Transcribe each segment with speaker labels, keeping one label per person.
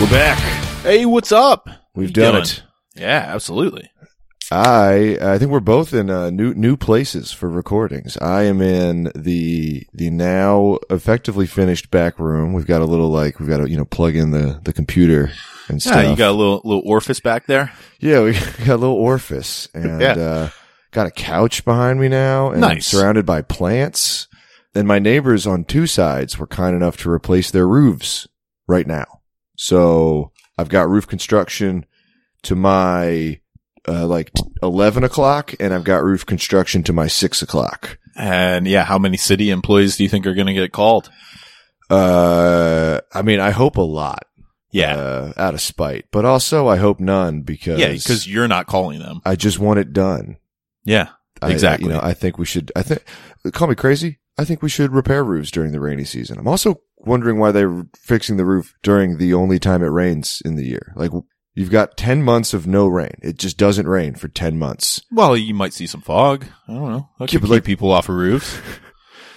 Speaker 1: We're back.
Speaker 2: Hey, what's up?
Speaker 1: You
Speaker 2: We've done
Speaker 1: doing?
Speaker 2: it.
Speaker 1: Yeah, absolutely.
Speaker 2: I I think we're both in uh, new new places for recordings. I am in the the now effectively finished back room. We've got a little like we've got to you know plug in the the computer and stuff.
Speaker 1: Yeah, you got a little little orifice back there.
Speaker 2: Yeah, we got a little orifice and
Speaker 1: Yeah.
Speaker 2: uh, got a couch behind me now and I'm
Speaker 1: Nice.
Speaker 2: surrounded by plants. And my neighbors on two sides were kind enough to replace their roofs right now. So I've got roof construction to my uh, like 11 o'clock and I've got roof construction to my six o'clock.
Speaker 1: And yeah, how many city employees do you think are going to get called?
Speaker 2: Uh, I mean, I hope a lot,
Speaker 1: Yeah,
Speaker 2: uh, out of spite, but also I hope none because,
Speaker 1: yeah, because you're not calling them.
Speaker 2: I just want it done.
Speaker 1: Yeah,
Speaker 2: I-
Speaker 1: Exactly.
Speaker 2: you know, I think we should. I think call me crazy. I think we should repair roofs during the rainy season. I'm also wondering why they're fixing the roof during the only time it rains in the year. Like you've got ten months of no rain. It just doesn't rain for ten months.
Speaker 1: Well, you might see some fog. I don't know. That could
Speaker 2: Yeah, but
Speaker 1: keep
Speaker 2: like-
Speaker 1: people off of roofs.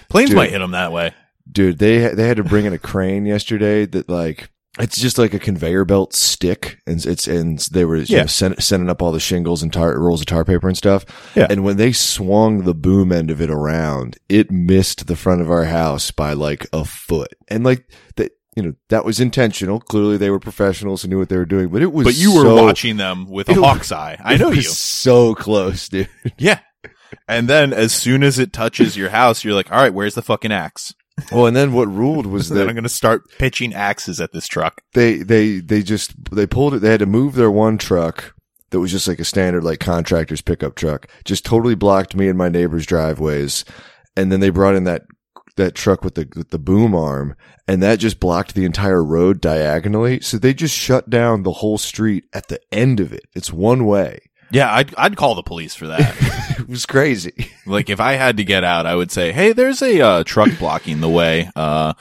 Speaker 1: Planes
Speaker 2: Dude.
Speaker 1: might hit them that way.
Speaker 2: Dude, they they had to bring in a crane yesterday that like. It's just like a conveyor belt stick, and it's and they were you
Speaker 1: Yeah.
Speaker 2: know, send, sending up all the shingles and tar, rolls of tar paper and stuff.
Speaker 1: Yeah.
Speaker 2: And when they swung the boom end of it around, it missed the front of our house by like a foot. And like that, you know, that was intentional. Clearly, they were professionals who knew what they were doing. But it was,
Speaker 1: But you were
Speaker 2: so-
Speaker 1: watching them with a
Speaker 2: It
Speaker 1: hawk's eye. I
Speaker 2: it
Speaker 1: know
Speaker 2: was
Speaker 1: you.
Speaker 2: So close, dude.
Speaker 1: Yeah. And then as soon as it touches your house, you're like, all right, where's the fucking axe?
Speaker 2: Well, and then what ruled was
Speaker 1: then I'm
Speaker 2: that
Speaker 1: going to start pitching axes at this truck.
Speaker 2: they they they just they pulled it. They had to move their one truck that was just like a standard like contractor's pickup truck. Just totally blocked me and my neighbor's driveways. And then they brought in that that truck with the with the boom arm, and that just blocked the entire road diagonally. So they just shut down the whole street at the end of it. It's one way.
Speaker 1: Yeah, I'd, I'd call the police for that.
Speaker 2: It was crazy.
Speaker 1: like if I had to get out, I would say, hey, there's a uh, truck blocking the way uh,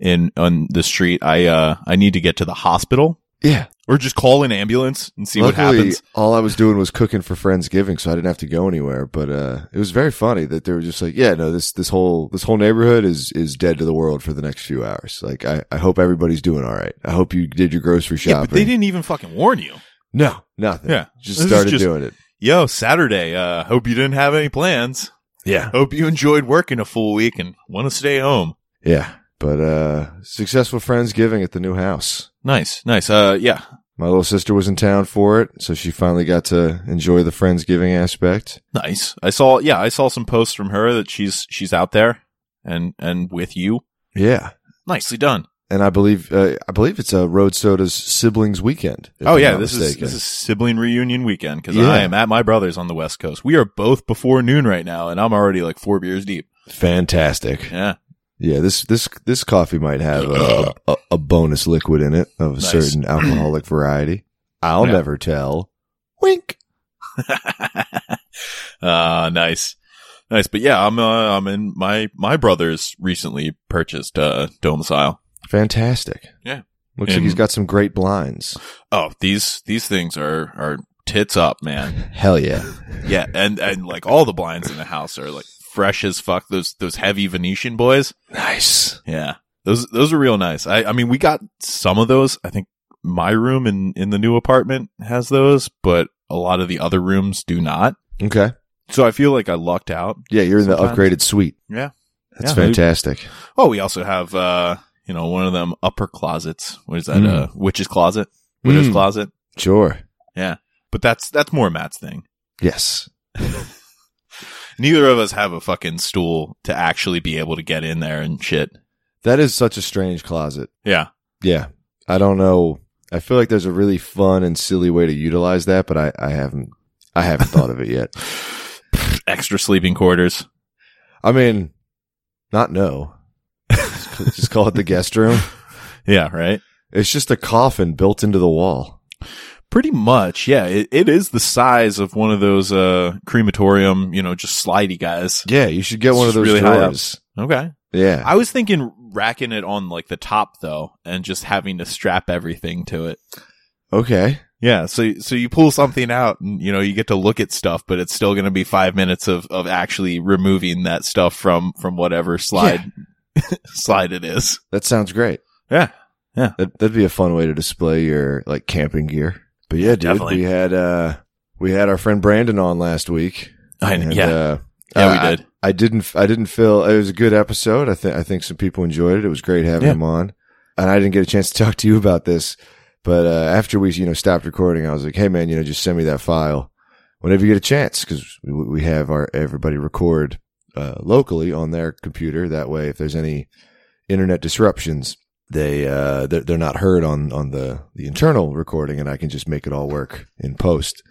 Speaker 1: in on the street. I uh, I need to get to the hospital.
Speaker 2: Yeah.
Speaker 1: Or just call an ambulance and see what
Speaker 2: Luckily,
Speaker 1: happens.
Speaker 2: All I was doing was cooking for Friendsgiving, so I didn't have to go anywhere. But uh, it was very funny that they were just like, "Yeah, no this this whole this whole neighborhood is is dead to the world for the next few hours." Like, I, I hope everybody's doing all right. I hope you did your grocery shopping.
Speaker 1: Yeah, but they didn't even fucking warn you.
Speaker 2: No, nothing.
Speaker 1: Yeah.
Speaker 2: just
Speaker 1: This is
Speaker 2: started
Speaker 1: just-
Speaker 2: doing it.
Speaker 1: Yo, Saturday. Uh, hope you didn't have any plans.
Speaker 2: Yeah,
Speaker 1: Hope you enjoyed working a full week and want to stay home.
Speaker 2: yeah. But uh, successful Friendsgiving at the new house.
Speaker 1: Nice, nice. Uh, yeah.
Speaker 2: My little sister was in town for it, so she finally got to enjoy the Friendsgiving aspect.
Speaker 1: Nice. I saw yeah, I saw some posts from her that she's she's out there and and with you.
Speaker 2: Yeah.
Speaker 1: Nicely done.
Speaker 2: And I believe uh, I believe it's a Road Soda's siblings weekend. if
Speaker 1: oh
Speaker 2: I'm
Speaker 1: yeah,
Speaker 2: not
Speaker 1: this is
Speaker 2: mistaken.
Speaker 1: this is sibling reunion weekend cuz
Speaker 2: Yeah.
Speaker 1: I am at my brother's on the West Coast. We are both before noon right now and I'm already like 4 beers deep.
Speaker 2: Fantastic.
Speaker 1: Yeah.
Speaker 2: Yeah, this this this coffee might have a, a, a bonus liquid in it of a
Speaker 1: Nice.
Speaker 2: certain alcoholic variety. I'll
Speaker 1: Yeah.
Speaker 2: never tell. Wink.
Speaker 1: Ah, nice. Nice. But yeah, I'm uh, I'm in my my brother's recently purchased uh domicile.
Speaker 2: Fantastic.
Speaker 1: Yeah.
Speaker 2: Looks like
Speaker 1: And-
Speaker 2: he's got some great blinds.
Speaker 1: Oh, these these things are are tits up, man.
Speaker 2: Hell yeah.
Speaker 1: Yeah, and and like all the blinds in the house are like fresh as fuck. Those those heavy Venetian boys.
Speaker 2: nice.
Speaker 1: Yeah, those those are real nice. I I mean, we got some of those. I think my room in in the new apartment has those, but a lot of the other rooms do not.
Speaker 2: Okay.
Speaker 1: So I feel like I lucked out.
Speaker 2: Yeah, you're in the
Speaker 1: Sometimes.
Speaker 2: upgraded suite.
Speaker 1: Yeah.
Speaker 2: That's
Speaker 1: Yeah, dude.
Speaker 2: fantastic.
Speaker 1: Oh, we also have uh you know one of them upper closets. What is that?
Speaker 2: Mm.
Speaker 1: Uh, witch's closet, widow's
Speaker 2: Mm.
Speaker 1: closet.
Speaker 2: Sure.
Speaker 1: But that's that's more Matt's thing.
Speaker 2: Yes.
Speaker 1: Neither of us have a fucking stool to actually be able to get in there and shit.
Speaker 2: That is such a strange closet.
Speaker 1: Yeah.
Speaker 2: Yeah. I don't know. I feel like there's a really fun and silly way to utilize that, but I, I haven't I haven't thought of it yet.
Speaker 1: Extra sleeping quarters.
Speaker 2: I mean, not no. just, just call it the guest room.
Speaker 1: Yeah, right.
Speaker 2: It's just a coffin built into the wall.
Speaker 1: Pretty much, yeah. It, it is the size of one of those uh crematorium, you know, just slidey guys.
Speaker 2: Yeah, you should get
Speaker 1: It's
Speaker 2: one of
Speaker 1: just
Speaker 2: those
Speaker 1: really high up.
Speaker 2: drawers.
Speaker 1: Okay.
Speaker 2: Yeah,
Speaker 1: I was thinking racking it on like the top though, and just having to strap everything to it.
Speaker 2: Okay.
Speaker 1: Yeah, so so you pull something out, and you know you get to look at stuff, but it's still going to be five minutes of of actually removing that stuff from from whatever slide slide it is.
Speaker 2: That sounds great.
Speaker 1: Yeah.
Speaker 2: That, that'd be a fun way to display your like camping gear. But yeah, dude,
Speaker 1: Definitely.
Speaker 2: we had uh we had our friend Brandon on last week.
Speaker 1: I,
Speaker 2: and,
Speaker 1: yeah,
Speaker 2: uh,
Speaker 1: yeah,
Speaker 2: I-
Speaker 1: we did.
Speaker 2: I didn't. I didn't feel it was a good episode. I think. I think some people enjoyed it. It was great having
Speaker 1: Yeah.
Speaker 2: him on, and I didn't get a chance to talk to you about this. But uh, after we, you know, stopped recording, I was like, "Hey, man, you know, just send me that file whenever you get a chance, because we, we have our everybody record uh, locally on their computer. That way, if there's any internet disruptions, they uh, they're, they're not heard on on the the internal recording, and I can just make it all work in post."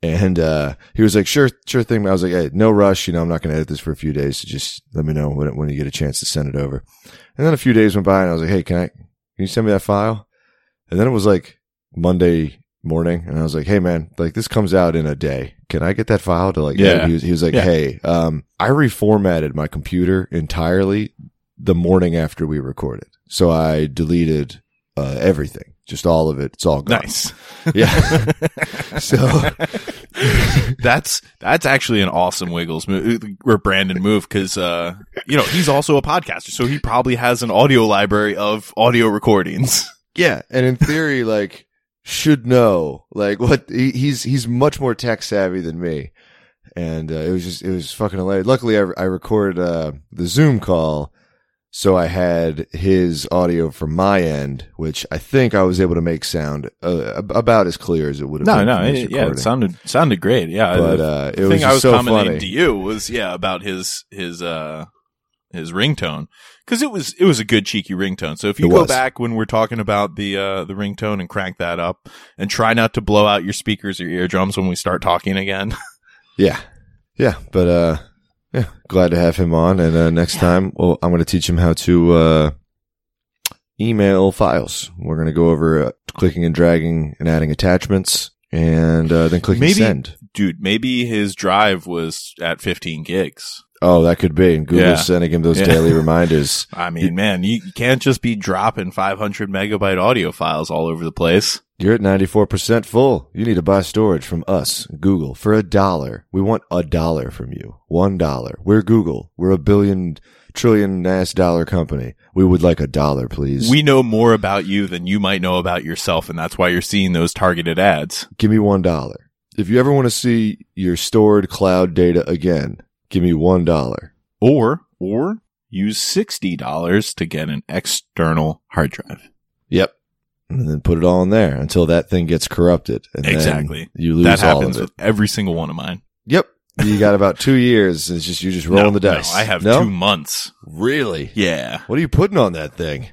Speaker 2: And uh, he was like, "Sure, sure thing." I was like, "Hey, no rush. You know, I'm not going to edit this for a few days. So just let me know when when you get a chance to send it over." And then a few days went by, and I was like, "Hey, can I? Can you send me that file?" And then it was like Monday morning, and I was like, "Hey, man, like this comes out in a day. Can I get that file to like?"
Speaker 1: Yeah.
Speaker 2: edit?" He was, he was like,
Speaker 1: Yeah.
Speaker 2: "Hey, um, I reformatted my computer entirely the morning after we recorded, so I deleted uh, everything, just all of it. It's all gone.
Speaker 1: Nice.
Speaker 2: Yeah." So-
Speaker 1: that's that's actually an awesome Wiggles move or Brandon move because uh you know he's also a podcaster, so he probably has an audio library of audio recordings.
Speaker 2: Yeah, and in theory, like should know like what he, he's he's much more tech savvy than me, and uh, it was just it was fucking hilarious. Luckily, I I recorded uh, the Zoom call, so I had his audio from my end, which I think I was able to make sound uh, ab- about as clear as it would have. been from this recording.
Speaker 1: sounded sounded great. Yeah,
Speaker 2: But uh,
Speaker 1: the
Speaker 2: it was,
Speaker 1: thing I
Speaker 2: just
Speaker 1: was
Speaker 2: so
Speaker 1: commenting
Speaker 2: funny.
Speaker 1: to you was yeah about his his uh his ringtone because it was it was a good cheeky ringtone. So if you
Speaker 2: It
Speaker 1: go
Speaker 2: was.
Speaker 1: back when we're talking about the uh the ringtone and crank that up and try not to blow out your speakers or eardrums when we start talking again.
Speaker 2: Yeah. Yeah. But, uh, yeah, glad to have him on. And, uh, next time, well, I'm going to teach him how to, uh, email files. We're going to go over uh, clicking and dragging and adding attachments and, uh, then clicking
Speaker 1: Maybe-
Speaker 2: send.
Speaker 1: Dude, maybe his drive was at 15 gigs.
Speaker 2: Oh, that could be. And Google's
Speaker 1: Yeah.
Speaker 2: sending him those
Speaker 1: Yeah.
Speaker 2: daily reminders.
Speaker 1: I mean, man, you, you can't just be dropping 500 megabyte audio files all over the place.
Speaker 2: You're at 94% full. You need to buy storage from us, Google, for a dollar. We want a dollar from you. One dollar. We're Google. We're a billion, trillion ass dollar company. We would like a dollar, please.
Speaker 1: We know more about you than you might know about yourself, and that's why you're seeing those targeted ads.
Speaker 2: give me one dollar. If you ever want to see your stored cloud data again, give me one dollar.
Speaker 1: Or, or use $60 to get an external hard drive.
Speaker 2: Yep. And then put it all in there until that thing gets corrupted. And then
Speaker 1: Exactly.
Speaker 2: you lose
Speaker 1: that
Speaker 2: all
Speaker 1: happens
Speaker 2: of it.
Speaker 1: with every single one of mine.
Speaker 2: Yep. You got about two years. It's just you're just rolling
Speaker 1: No,
Speaker 2: the dice.
Speaker 1: No, I have
Speaker 2: No?
Speaker 1: two months.
Speaker 2: Really?
Speaker 1: Yeah.
Speaker 2: What are you putting on that thing?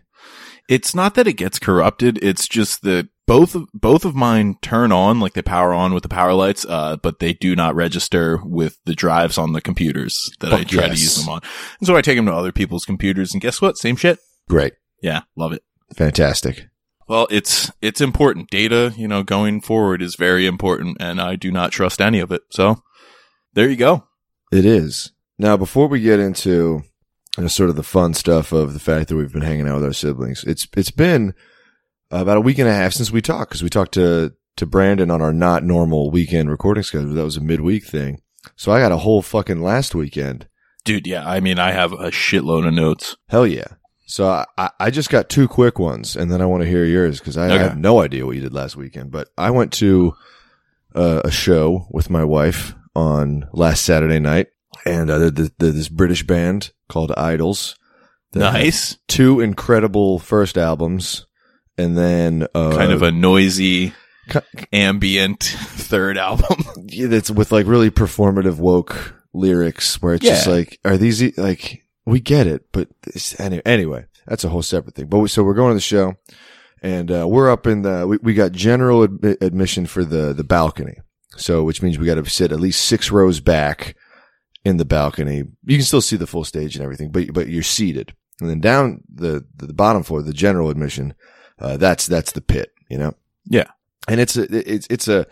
Speaker 1: It's not that it gets corrupted. It's just that both of, both of mine turn on, like they power on with the power lights, uh, but they do not register with the drives on the computers that I
Speaker 2: Fuck
Speaker 1: try to
Speaker 2: yes.
Speaker 1: use them on. And so I take them to other people's computers and guess what? Same shit.
Speaker 2: Great.
Speaker 1: Yeah. Love it.
Speaker 2: Fantastic.
Speaker 1: Well, it's, it's important. Data, you know, going forward is very important and I do not trust any of it. So there you go.
Speaker 2: It is. Now, before we get into you know, sort of the fun stuff of the fact that we've been hanging out with our siblings, it's it's been about a week and a half since we talked because we talked to to Brandon on our not normal weekend recording schedule. That was a midweek thing. So I got a whole fucking last weekend.
Speaker 1: Dude. Yeah. I mean, I have a shitload of notes.
Speaker 2: Hell yeah. So I- I, I just got two quick ones, and then I want to hear yours because I, I
Speaker 1: Okay.
Speaker 2: have no idea what you did last weekend. But I went to uh, a show with my wife on last Saturday night, and uh, the, the, this British band called Idols. that had
Speaker 1: Nice.
Speaker 2: Two incredible first albums, and then uh,
Speaker 1: kind of a noisy
Speaker 2: ki-
Speaker 1: ambient third album.
Speaker 2: yeah, that's with like really performative woke lyrics where it's just
Speaker 1: Yeah.
Speaker 2: like, are these e- like we get it, but this, anyway, anyway, that's a whole separate thing. But we, so we're going to the show, and uh, we're up in the we, we got general admi- admission for the the balcony, so which means we got to sit at least six rows back in the balcony. You can still see the full stage and everything, but but you're seated, and then down the the bottom floor, the general admission, uh, that's that's the pit, you know.
Speaker 1: Yeah.
Speaker 2: and it's a it's it's a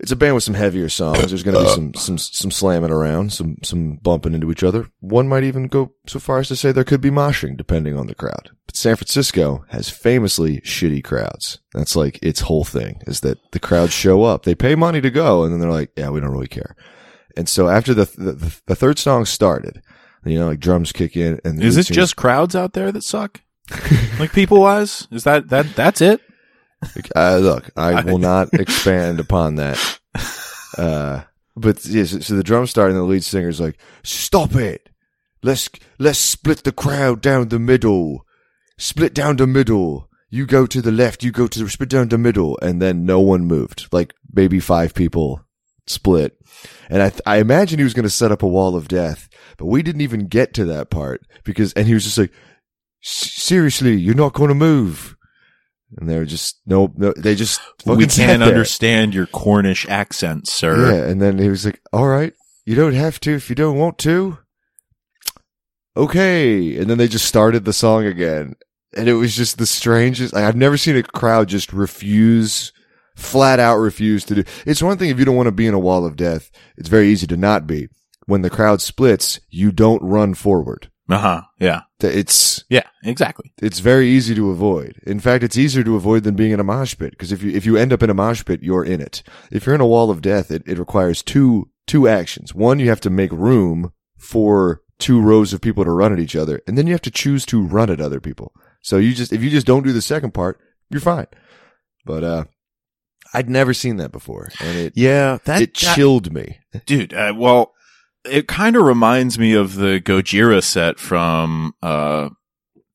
Speaker 2: It's a band with some heavier songs. There's going to be
Speaker 1: Uh.
Speaker 2: some some some slamming around, some some bumping into each other. One might even go so far as to say there could be moshing, depending on the crowd. But San Francisco has famously shitty crowds. That's like its whole thing is that the crowds show up, they pay money to go, and then they're like, yeah, we don't really care. And so after the the, the third song started, you know, like drums kick in, and the
Speaker 1: Is
Speaker 2: lead
Speaker 1: it
Speaker 2: singer-
Speaker 1: just crowds out there that suck? like people wise? Is that that that's it?
Speaker 2: Uh, look, I will not expand upon that. Uh, but yeah, so, so the drum start and the lead singer's like, "Stop it! Let's let's split the crowd down the middle. Split down the middle. You go to the left. You go to the split down the middle." And then no one moved. Like maybe five people split. And I, th- I imagine he was going to set up a wall of death, but we didn't even get to that part because, and he was just like, "S- "Seriously, you're not going to move." And they were just no, no. They just
Speaker 1: we
Speaker 2: fucking sat
Speaker 1: can't
Speaker 2: there.
Speaker 1: understand your Cornish accent, sir.
Speaker 2: Yeah, and then he was like, "All right, you don't have to if you don't want to." Okay, and then they just started the song again, and it was just the strangest. Like, I've never seen a crowd just refuse, flat out refuse to do. It's one thing if you don't want to be in a wall of death; it's very easy to not be. When the crowd splits, you don't run forward.
Speaker 1: Uh huh. Yeah.
Speaker 2: Th- It's
Speaker 1: Yeah. Exactly.
Speaker 2: it's very easy to avoid. In fact, it's easier to avoid than being in a mosh pit because if you if you end up in a mosh pit, you're in it. If you're in a wall of death, it, it requires two two actions. One, you have to make room for two rows of people to run at each other, and then you have to choose to run at other people. So you just if you just don't do the second part, you're fine. But uh I'd never seen that before, and it
Speaker 1: Yeah. That
Speaker 2: it chilled me.
Speaker 1: dude. Uh, well, it kind of reminds me of the Gojira set from uh,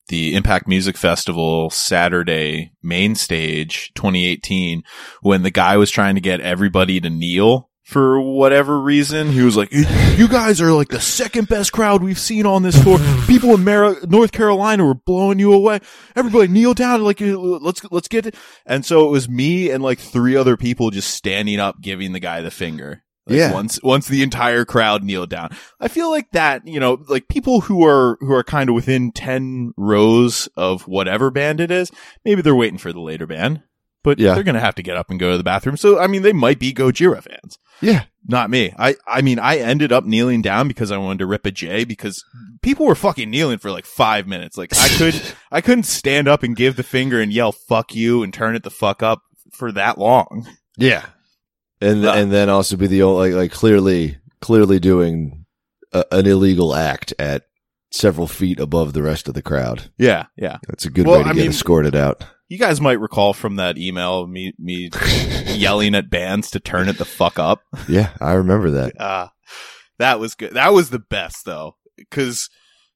Speaker 1: the Impact Music Festival Saturday main stage 2018, when the guy was trying to get everybody to kneel for whatever reason. He was like, "You you guys are like the second best crowd we've seen on this tour. People in Mar- North Carolina were blowing you away. Everybody kneel down, like uh, let's let's get it." And so it was me and like three other people just standing up, giving the guy the finger. Like,
Speaker 2: Yeah.
Speaker 1: Once once the entire crowd kneeled down, I feel like that. You know, like people who are who are kind of within ten rows of whatever band it is. Maybe they're waiting for the later band, but
Speaker 2: Yeah.
Speaker 1: they're gonna have to get up and go to the bathroom. So I mean, they might be Gojira fans.
Speaker 2: Yeah,
Speaker 1: Not me. I, I mean, I ended up kneeling down because I wanted to rip a J because people were fucking kneeling for like five minutes. Like I could, I couldn't stand up and give the finger and yell fuck you and turn it the fuck up for that long.
Speaker 2: Yeah, and
Speaker 1: Uh,
Speaker 2: and then also be the old, like like clearly clearly doing a, an illegal act at several feet above the rest of the crowd.
Speaker 1: Yeah. Yeah.
Speaker 2: That's a good
Speaker 1: Well,
Speaker 2: way to
Speaker 1: I
Speaker 2: get
Speaker 1: mean-
Speaker 2: escorted out.
Speaker 1: You guys might recall from that email of me, me yelling at bands to turn it the fuck up.
Speaker 2: Yeah, I remember that.
Speaker 1: Uh, that was good. That was the best though. Cause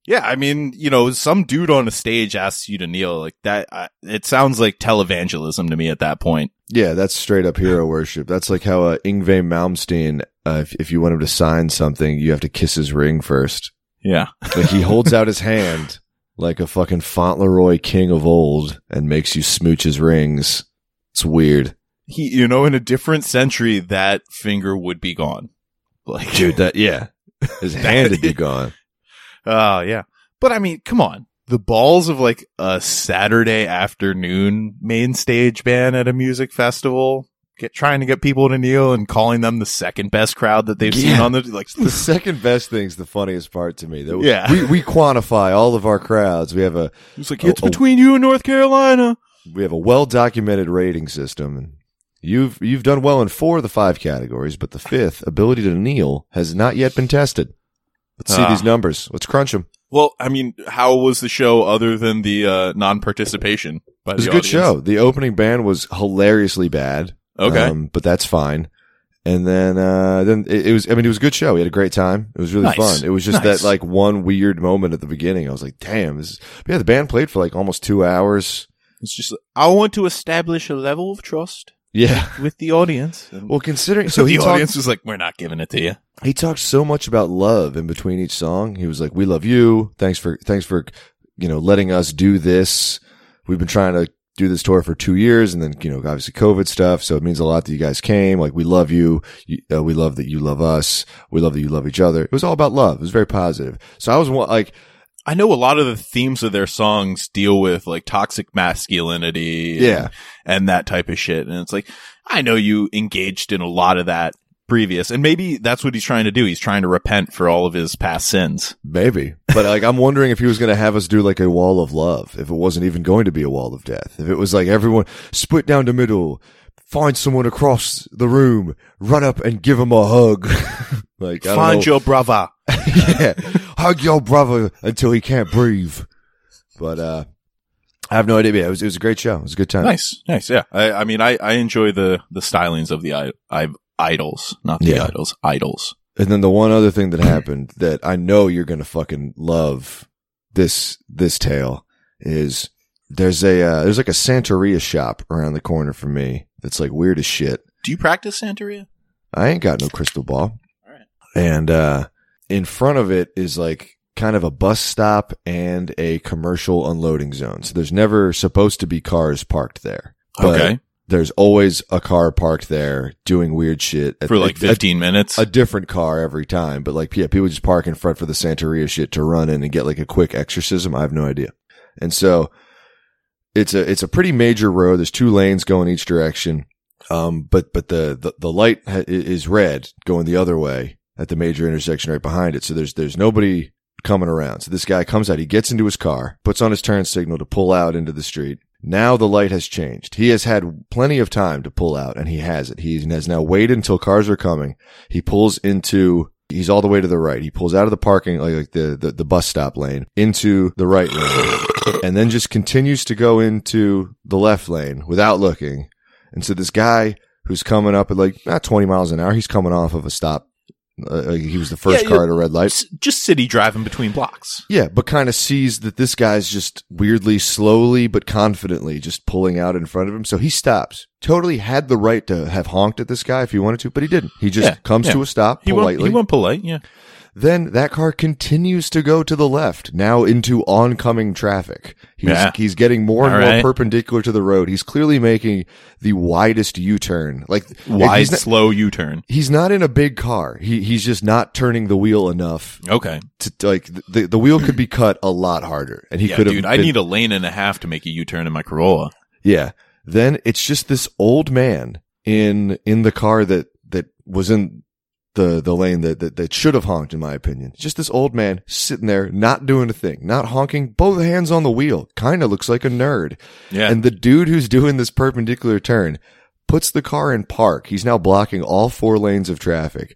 Speaker 1: yeah, I mean, you know, some dude on a stage asks you to kneel like that. I, it sounds like televangelism to me at that point.
Speaker 2: Yeah, that's straight up hero worship. That's like how uh, Ingve Malmsteen, uh, if if you want him to sign something, you have to kiss his ring first.
Speaker 1: Yeah.
Speaker 2: Like he holds out his hand like a fucking Fauntleroy king of old and makes you smooch his rings. It's weird.
Speaker 1: he you know in a different century that finger would be gone like
Speaker 2: Dude, that yeah. His hand would be gone.
Speaker 1: oh yeah but i mean come on the balls of like a saturday afternoon main stage band at a music festival get trying to get people to kneel and calling them the second best crowd that they've seen
Speaker 2: Yeah.
Speaker 1: on the like
Speaker 2: the second best thing's the funniest part to me. That we-
Speaker 1: Yeah.
Speaker 2: we, we quantify all of our crowds. We have a
Speaker 1: it's like
Speaker 2: Oh,
Speaker 1: it's
Speaker 2: oh.
Speaker 1: between you and north carolina
Speaker 2: we have a well documented rating system. And you've you've done well in four of the five categories, but the fifth, ability to kneel, has not yet been tested. Let's see
Speaker 1: Ah.
Speaker 2: these numbers. Let's crunch them.
Speaker 1: well i mean how was the show other than the uh non-participation by
Speaker 2: It was a
Speaker 1: the
Speaker 2: good
Speaker 1: audience?
Speaker 2: show. The opening band was hilariously bad.
Speaker 1: okay
Speaker 2: um, but that's fine. And then, uh, then it, it was. I mean, it was a good show. We had a great time. It was really
Speaker 1: Nice.
Speaker 2: fun. It was just
Speaker 1: Nice.
Speaker 2: that like one weird moment at the beginning. I was like, damn. This is... but Yeah, the band played for like almost two hours.
Speaker 1: it's just i want to establish a level of trust
Speaker 2: Yeah.
Speaker 1: with the audience
Speaker 2: Well, considering
Speaker 1: So
Speaker 2: so
Speaker 1: the
Speaker 2: he talked,
Speaker 1: audience was like, "We're not giving it to you."
Speaker 2: he talked so much about love in between each song. He was like, "We love you. Thanks for thanks for you know letting us do this. We've been trying to do this tour for two years, and then you know obviously COVID stuff. So it means a lot that you guys came. Like we love you. you uh, we love that you love us. We love that you love each other. It was all about love. It was very positive. So I was wa- like,
Speaker 1: I know a lot of the themes of their songs deal with like toxic masculinity and,
Speaker 2: Yeah.
Speaker 1: and that type of shit. And it's like, I know you engaged in a lot of that previous. And maybe that's what he's trying to do. He's trying to repent for all of his past sins.
Speaker 2: Maybe. But like I'm wondering if he was gonna have us do like a wall of love, if it wasn't even going to be a wall of death. If it was like everyone split down the middle, find someone across the room, run up and give him a hug. like I
Speaker 1: Find
Speaker 2: don't know.
Speaker 1: your brother.
Speaker 2: yeah. Hug your brother until he can't breathe. But uh I have no idea. Yeah, it was it was a great show. It was a good time.
Speaker 1: Nice. Nice. Yeah. I, I mean, I, I enjoy the, the stylings of the I, I, idols, not the
Speaker 2: Yeah.
Speaker 1: idols, idols.
Speaker 2: And then the one other thing that happened that I know you're gonna fucking love this this tale is there's a uh, there's like a Santeria shop around the corner from me that's like weird as shit.
Speaker 1: Do you practice Santeria?
Speaker 2: I ain't got no crystal ball.
Speaker 1: Alright.
Speaker 2: And uh in front of it is like kind of a bus stop and a commercial unloading zone. So there's never supposed to be cars parked there. But
Speaker 1: okay.
Speaker 2: There's always a car parked there doing weird shit at-
Speaker 1: For like
Speaker 2: at-
Speaker 1: 15 minutes.
Speaker 2: a different car every time, but like, yeah, people just park in front for the Santeria shit to run in and get like a quick exorcism. I have no idea. And so it's a, it's a pretty major road. There's two lanes going each direction. Um, but, but the, the, the light ha- i- is red going the other way at the major intersection right behind it. So there's, there's nobody coming around. So this guy comes out, he gets into his car, puts on his turn signal to pull out into the street. Now the light has changed. He has had plenty of time to pull out and he has it. He has now waited until cars are coming. He pulls into he's all the way to the right. He pulls out of the parking like, like the, the the bus stop lane into the right lane and then just continues to go into the left lane without looking. And so this guy who's coming up at like not 20 miles an hour, he's coming off of a stop. Uh, like, he was the first
Speaker 1: Yeah,
Speaker 2: car
Speaker 1: yeah.
Speaker 2: at a red light.
Speaker 1: S- just city driving between blocks.
Speaker 2: Yeah, but kind of sees that this guy's just weirdly, slowly, but confidently just pulling out in front of him. So he stops. Totally had the right to have honked at this guy if he wanted to, but he didn't. He just
Speaker 1: Yeah,
Speaker 2: comes
Speaker 1: yeah.
Speaker 2: to a stop
Speaker 1: He
Speaker 2: politely.
Speaker 1: went, he went polite. Yeah.
Speaker 2: Then that car continues to go to the left, now into oncoming traffic. He's,
Speaker 1: Yeah.
Speaker 2: he's getting more and
Speaker 1: All
Speaker 2: more
Speaker 1: right.
Speaker 2: perpendicular to the road. He's clearly making the widest U turn. Like
Speaker 1: Wide,
Speaker 2: He's not,
Speaker 1: slow U turn.
Speaker 2: he's not in a big car. He he's just not turning the wheel enough.
Speaker 1: Okay.
Speaker 2: To, to, like the the wheel could be cut a lot harder, and he
Speaker 1: yeah,
Speaker 2: could have.
Speaker 1: dude, I
Speaker 2: been-
Speaker 1: need a lane and a half to make a U turn in my Corolla.
Speaker 2: Yeah. Then it's just this old man in in the car that that was in the the lane that that, that should have honked, in my opinion. Just this old man sitting there, not doing a thing, not honking, both hands on the wheel. Kind of looks like a nerd.
Speaker 1: Yeah.
Speaker 2: And the dude who's doing this perpendicular turn puts the car in park. He's now blocking all four lanes of traffic.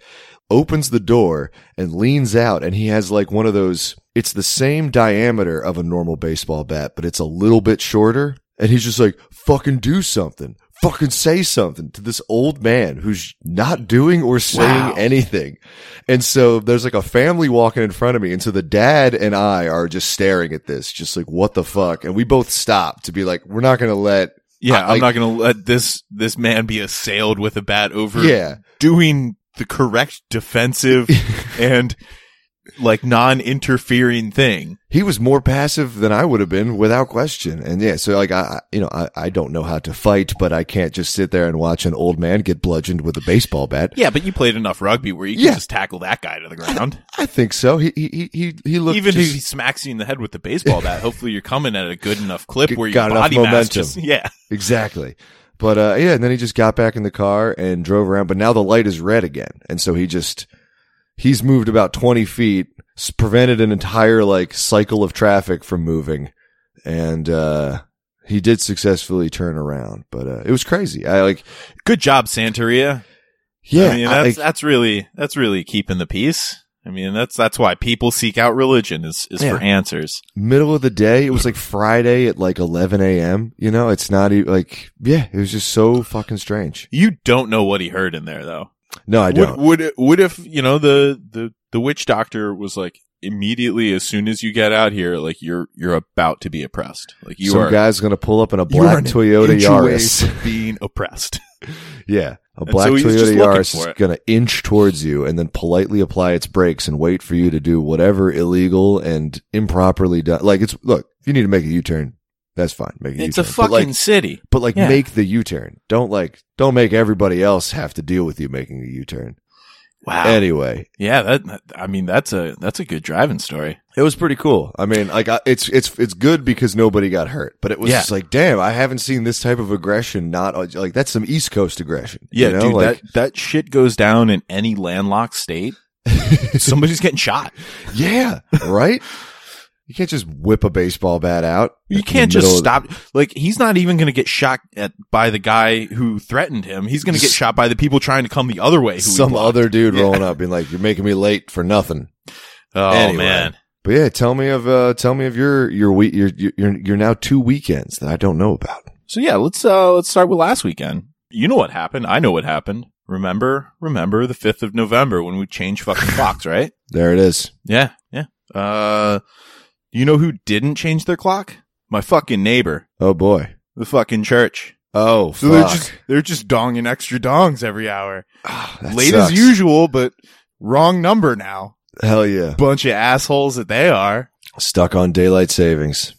Speaker 2: Opens the door and leans out, and he has like one of those. It's the same diameter of a normal baseball bat, but it's a little bit shorter. And he's just like, fucking do something. Fucking say something to this old man who's not doing or saying
Speaker 1: Wow.
Speaker 2: anything. And so there's like a family walking in front of me. And so the dad and I are just staring at this, just like, what the fuck? And we both stop to be like, we're not going to let,
Speaker 1: yeah,
Speaker 2: I-
Speaker 1: I'm
Speaker 2: like-
Speaker 1: not going to let this this man be assailed with a bat over
Speaker 2: yeah,
Speaker 1: doing the correct defensive and like non-interfering thing.
Speaker 2: he was more passive than I would have been without question. And yeah, so like I, I- you know, I, I don't know how to fight, but I can't just sit there and watch an old man get bludgeoned with a baseball bat.
Speaker 1: Yeah, but you played enough rugby where you
Speaker 2: Yeah.
Speaker 1: can just tackle that guy to the ground.
Speaker 2: I think so. He, he, he, he looked
Speaker 1: Even
Speaker 2: just-
Speaker 1: if he smacks you in the head with the baseball bat, hopefully you're coming at a good enough clip where your
Speaker 2: Got enough
Speaker 1: body mass
Speaker 2: momentum.
Speaker 1: just yeah.
Speaker 2: Exactly. But uh, yeah, and then he just got back in the car and drove around. But now the light is red again, and so he just he's moved about twenty feet, s- prevented an entire like cycle of traffic from moving, and uh, he did successfully turn around. But uh, it was crazy. I like
Speaker 1: Good job, Santeria.
Speaker 2: yeah,
Speaker 1: I mean,
Speaker 2: I-
Speaker 1: that's that's really that's really keeping the peace. I mean, that's that's why people seek out religion is is for
Speaker 2: Yeah.
Speaker 1: answers.
Speaker 2: middle of the day. It was like Friday at like eleven a.m. You know, it's not e- like yeah, it was just so fucking strange.
Speaker 1: You don't know what he heard in there, though.
Speaker 2: No, I don't.
Speaker 1: Would, would would if you know the the the witch doctor was like immediately as soon as you get out here, like you're you're about to be oppressed. Like you
Speaker 2: Some
Speaker 1: are
Speaker 2: guy's gonna pull up in a
Speaker 1: you are
Speaker 2: black
Speaker 1: an
Speaker 2: Toyota
Speaker 1: inch away
Speaker 2: Yaris.
Speaker 1: from being oppressed.
Speaker 2: Yeah. A
Speaker 1: And
Speaker 2: black
Speaker 1: so he's just looking
Speaker 2: Toyota Yaris is
Speaker 1: for it.
Speaker 2: going to inch towards you and then politely apply its brakes and wait for you to do whatever illegal and improperly done. Like it's look, if you need to make a U-turn, that's fine. Make a
Speaker 1: It's
Speaker 2: U-turn.
Speaker 1: a fucking
Speaker 2: but like,
Speaker 1: city.
Speaker 2: but like
Speaker 1: yeah.
Speaker 2: make the U-turn. Don't like don't make everybody else have to deal with you making a U-turn.
Speaker 1: Wow.
Speaker 2: Anyway,
Speaker 1: yeah, that I mean that's a that's a good driving story.
Speaker 2: it was pretty cool. I mean, like I, it's it's it's good because nobody got hurt, but it was
Speaker 1: Yeah.
Speaker 2: just like, damn, I haven't seen this type of aggression. Not like that's some East Coast aggression.
Speaker 1: Yeah,
Speaker 2: you know?
Speaker 1: dude,
Speaker 2: like,
Speaker 1: that that shit goes down in any landlocked state. Somebody's getting shot.
Speaker 2: yeah, right. You can't just whip a baseball bat out.
Speaker 1: You
Speaker 2: in the
Speaker 1: can't just
Speaker 2: middle of-
Speaker 1: stop. Like he's not even going to get shot at by the guy who threatened him. He's going to get
Speaker 2: S-
Speaker 1: shot by the people trying to come the other way. Who he
Speaker 2: some
Speaker 1: blocked.
Speaker 2: other dude
Speaker 1: Yeah.
Speaker 2: rolling up, being like, "You're making me late for nothing."
Speaker 1: Oh
Speaker 2: Anyway.
Speaker 1: man,
Speaker 2: But yeah, tell me of uh, tell me of your your week your your your- your now two weekends that I don't know about.
Speaker 1: So yeah, let's uh let's start with last weekend. You know what happened? I know what happened. Remember, remember the 5th of November when we changed fucking clocks, right?
Speaker 2: There it is.
Speaker 1: Yeah, yeah. Uh you know who didn't change their clock? My fucking neighbor,
Speaker 2: Oh boy.
Speaker 1: the fucking church.
Speaker 2: Oh
Speaker 1: So they're
Speaker 2: fuck.
Speaker 1: just they're just donging extra dongs every hour.
Speaker 2: Ah, that
Speaker 1: Late
Speaker 2: sucks.
Speaker 1: as usual, but wrong number now.
Speaker 2: Hell yeah.
Speaker 1: Bunch of assholes that they are.
Speaker 2: Stuck on daylight savings.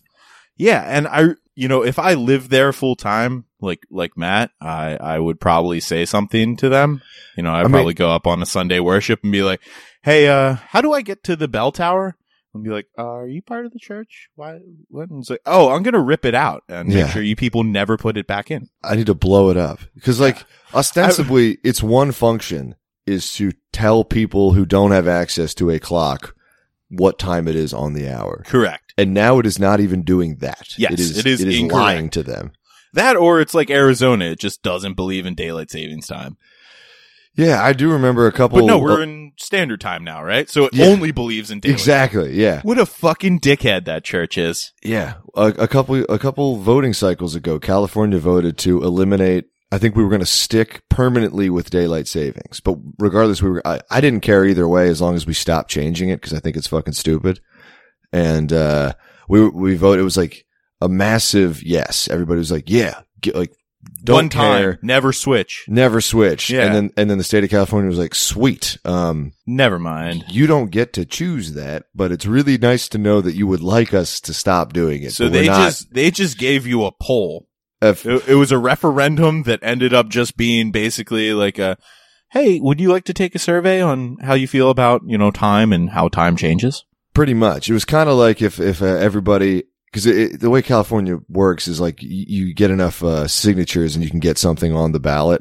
Speaker 1: Yeah, and I, you know, if I lived there full time, like like Matt, I I would probably say something to them. You know, I'd
Speaker 2: I mean-
Speaker 1: probably go up on a Sunday worship and be like, "Hey, uh, how do I get to the bell tower?" And be like, uh, "Are you part of the church? Why?" What? And it's like, "Oh, I'm gonna rip it out and
Speaker 2: Yeah.
Speaker 1: make sure you people never put it back in."
Speaker 2: I need to blow it up because, like, ostensibly, its one function is to tell people who don't have access to a clock what time it is on the hour.
Speaker 1: Correct.
Speaker 2: And now it is not even doing that.
Speaker 1: Yes,
Speaker 2: it is.
Speaker 1: it is
Speaker 2: it is
Speaker 1: incorrect.
Speaker 2: lying to them.
Speaker 1: That or it's like Arizona; it just doesn't believe in daylight savings time.
Speaker 2: Yeah, I do remember a couple.
Speaker 1: But no, we're in standard time now, right? So it
Speaker 2: Yeah.
Speaker 1: only believes in daylight.
Speaker 2: exactly. Yeah,
Speaker 1: What a fucking dickhead that church is.
Speaker 2: yeah. A, a couple, a couple voting cycles ago, California voted to eliminate. I think we were going to stick permanently with daylight savings, but regardless, we were. I, I didn't care either way as long as we stopped changing it because I think it's fucking stupid. And uh, we we voted. It was like a massive yes. Everybody was like, yeah, get, like don't
Speaker 1: One time,
Speaker 2: care.
Speaker 1: never switch.
Speaker 2: Never switch.
Speaker 1: Yeah.
Speaker 2: And then, and then the state of California was like, sweet. Um,
Speaker 1: Never mind.
Speaker 2: you don't get to choose that, but it's really nice to know that you would like us to stop doing it.
Speaker 1: So
Speaker 2: but we're
Speaker 1: they
Speaker 2: not.
Speaker 1: just they just gave you a poll.
Speaker 2: If-
Speaker 1: It, it was a referendum that ended up just being basically like a, hey, would you like to take a survey on how you feel about you know time and how time changes?
Speaker 2: pretty much. It was kind of like if if uh, everybody because the way California works is like y- you get enough uh, signatures and you can get something on the ballot.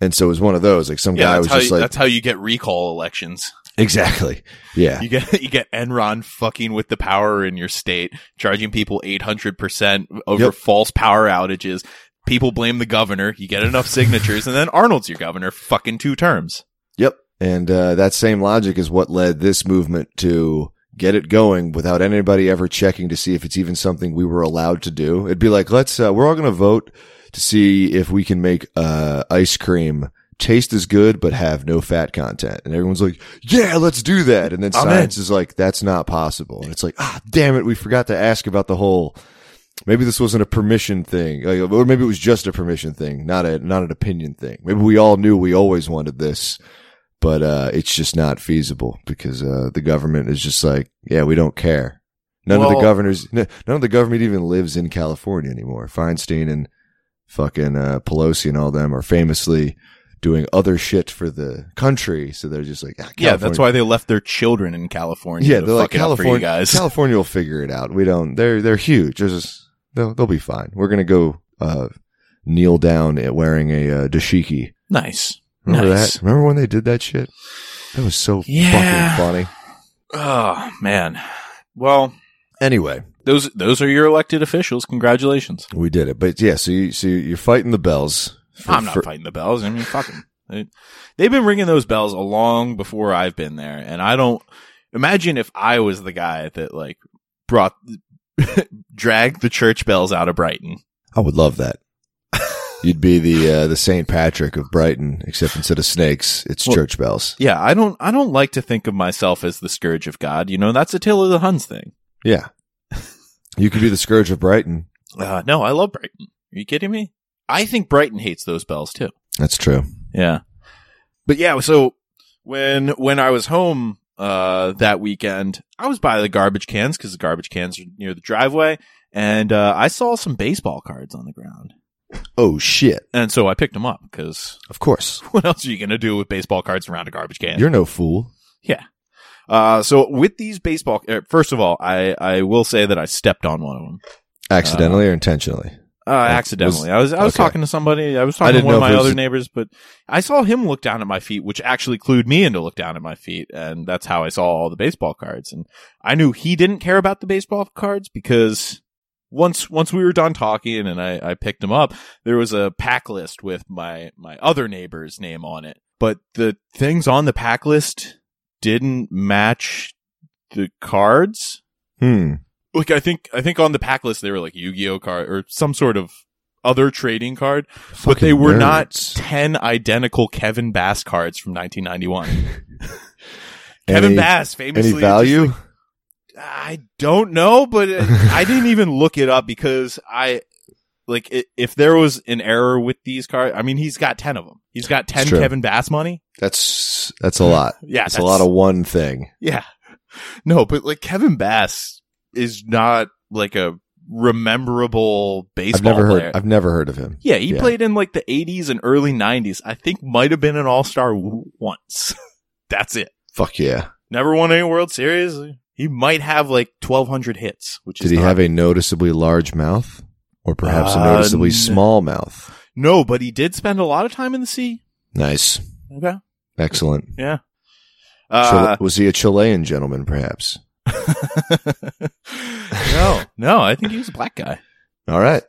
Speaker 2: And so it was one of those. Like some guy
Speaker 1: that's
Speaker 2: was
Speaker 1: how
Speaker 2: just
Speaker 1: you,
Speaker 2: like,
Speaker 1: that's how you get recall elections.
Speaker 2: exactly, yeah,
Speaker 1: You get you get Enron fucking with the power in your state, charging people eight hundred percent over
Speaker 2: Yep.
Speaker 1: false power outages. People blame the governor. You get enough signatures, and then Arnold's your governor, for fucking two terms.
Speaker 2: yep. And uh, that same logic is what led this movement to get it going without anybody ever checking to see if it's even something we were allowed to do. It'd be like, let's, uh, we're all going to vote to see if we can make uh, ice cream taste as good but have no fat content. And everyone's like, yeah, let's do that. And then
Speaker 1: Amen.
Speaker 2: science is like, that's not possible. And it's like, ah, damn it, we forgot to ask about the whole. Maybe this wasn't a permission thing, like, or maybe it was just a permission thing, not a not an opinion thing. Maybe we all knew we always wanted this, but uh, it's just not feasible because uh, the government is just like, yeah, we don't care. None of the
Speaker 1: Well-
Speaker 2: governors, n- none of the government even lives in California anymore. Feinstein and fucking uh, Pelosi and all them are famously doing other shit for the country, so they're just like, ah,
Speaker 1: Yeah, that's
Speaker 2: California-
Speaker 1: why they left their children in California.
Speaker 2: Yeah,
Speaker 1: to
Speaker 2: they're like
Speaker 1: fuck it up for you
Speaker 2: California.
Speaker 1: guys.
Speaker 2: California will figure it out. We don't. They're they're huge. They're just they'll they'll be fine. We're gonna go uh, kneel down at wearing a uh, dashiki.
Speaker 1: nice.
Speaker 2: Remember
Speaker 1: Nice.
Speaker 2: that? Remember when they did that shit? That was so
Speaker 1: Yeah.
Speaker 2: fucking funny.
Speaker 1: Oh man. Well,
Speaker 2: Anyway,
Speaker 1: those those are your elected officials. Congratulations.
Speaker 2: we did it. But yeah, so you so you're fighting the bells. for-
Speaker 1: I'm not
Speaker 2: for-
Speaker 1: fighting the bells. I mean, fuck 'em. They- They've been ringing those bells a long before I've been there, and I don't imagine if I was the guy that like brought dragged the church bells out of Brighton.
Speaker 2: I would love that. You'd be the uh, the Saint Patrick of Brighton, except instead of snakes, it's
Speaker 1: Well-
Speaker 2: church bells.
Speaker 1: Yeah, I don't I don't like to think of myself as the scourge of God. You know, that's Attila the Huns thing.
Speaker 2: Yeah, you could be the scourge of Brighton.
Speaker 1: Uh, no, I love Brighton. Are you kidding me? I think Brighton hates those bells too.
Speaker 2: That's true.
Speaker 1: Yeah. But yeah, so when when I was home uh that weekend, I was by the garbage cans cuz the garbage cans are near the driveway and uh I saw some baseball cards on the ground.
Speaker 2: Oh shit!
Speaker 1: And so I picked them up because
Speaker 2: Of course,
Speaker 1: what else are you going to do with baseball cards around a garbage can?
Speaker 2: you're no fool.
Speaker 1: Yeah. Uh, so with these baseball, er, first of all, I, I will say that I stepped on one of them,
Speaker 2: Accidentally or intentionally?
Speaker 1: uh, accidentally. I was, I was
Speaker 2: okay.
Speaker 1: talking to somebody. I was talking
Speaker 2: I
Speaker 1: to
Speaker 2: didn't
Speaker 1: one of
Speaker 2: know if
Speaker 1: my
Speaker 2: it was
Speaker 1: other
Speaker 2: a-
Speaker 1: neighbors, but I saw him look down at my feet, which actually clued me into look down at my feet. And that's how I saw all the baseball cards. And I knew he didn't care about the baseball cards because once, once we were done talking and I, I picked them up, there was a pack list with my, my other neighbor's name on it. But the things on the pack list didn't match the cards.
Speaker 2: Hmm.
Speaker 1: like I think I think on the pack list they were like Yu-Gi-Oh card or some sort of other trading card, but they
Speaker 2: Fucking
Speaker 1: were
Speaker 2: nerds.
Speaker 1: not ten identical Kevin Bass cards from 1991. Kevin
Speaker 2: Any-
Speaker 1: Bass famously
Speaker 2: Any
Speaker 1: just
Speaker 2: value?
Speaker 1: I don't know, but it- I didn't even look it up because I like i if there was an error with these cards. I mean, he's got ten of them. He's got ten
Speaker 2: It's true.
Speaker 1: Kevin Bass money.
Speaker 2: That's that's a lot.
Speaker 1: Yeah,
Speaker 2: That's a lot of one thing.
Speaker 1: Yeah. No, but like Kevin Bass is not like a rememberable
Speaker 2: I've
Speaker 1: baseball
Speaker 2: never
Speaker 1: player.
Speaker 2: heard. I've never heard of him.
Speaker 1: yeah, he
Speaker 2: yeah.
Speaker 1: played in like the 80s and early 90s. I think might have been an all-star w- once. That's it.
Speaker 2: Fuck yeah!
Speaker 1: Never won any World Series. He might have like 1200 hits, which
Speaker 2: Did
Speaker 1: is
Speaker 2: he
Speaker 1: not-
Speaker 2: have a noticeably large mouth, or perhaps
Speaker 1: Uh,
Speaker 2: a noticeably
Speaker 1: n-
Speaker 2: small mouth?
Speaker 1: No, but he did spend a lot of time in the sea.
Speaker 2: Nice,
Speaker 1: Okay.
Speaker 2: excellent.
Speaker 1: Yeah.
Speaker 2: Chile-
Speaker 1: Uh,
Speaker 2: was he a Chilean gentleman, perhaps?
Speaker 1: no, no, I think he was a black guy.
Speaker 2: All right.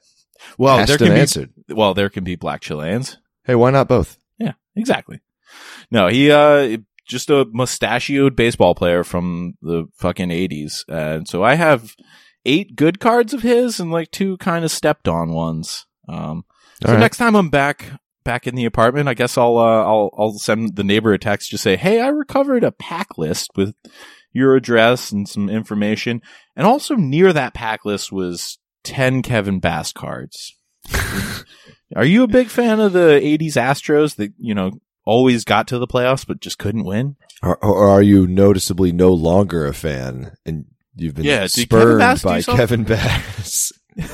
Speaker 1: Well,
Speaker 2: Asked
Speaker 1: Oh, there
Speaker 2: and
Speaker 1: can be
Speaker 2: answered.
Speaker 1: well, there can be black Chileans.
Speaker 2: Hey, why not both?
Speaker 1: Yeah, exactly. No, he uh just a mustachioed baseball player from the fucking eighties, and so I have eight good cards of his and like two kind of stepped on ones. Um, so
Speaker 2: All right.
Speaker 1: next time I'm back back in the apartment, I guess I'll uh, I'll I'll send the neighbor a text just say, hey, I recovered a pack list with your address and some information, and also near that pack list was ten Kevin Bass cards. Are you a big fan of the '80s Astros that you know always got to the playoffs but just couldn't win?
Speaker 2: Or, or are you noticeably no longer a fan and you've been
Speaker 1: Yeah, did Kevin
Speaker 2: spurned
Speaker 1: Bass do
Speaker 2: by
Speaker 1: something?
Speaker 2: Kevin Bass?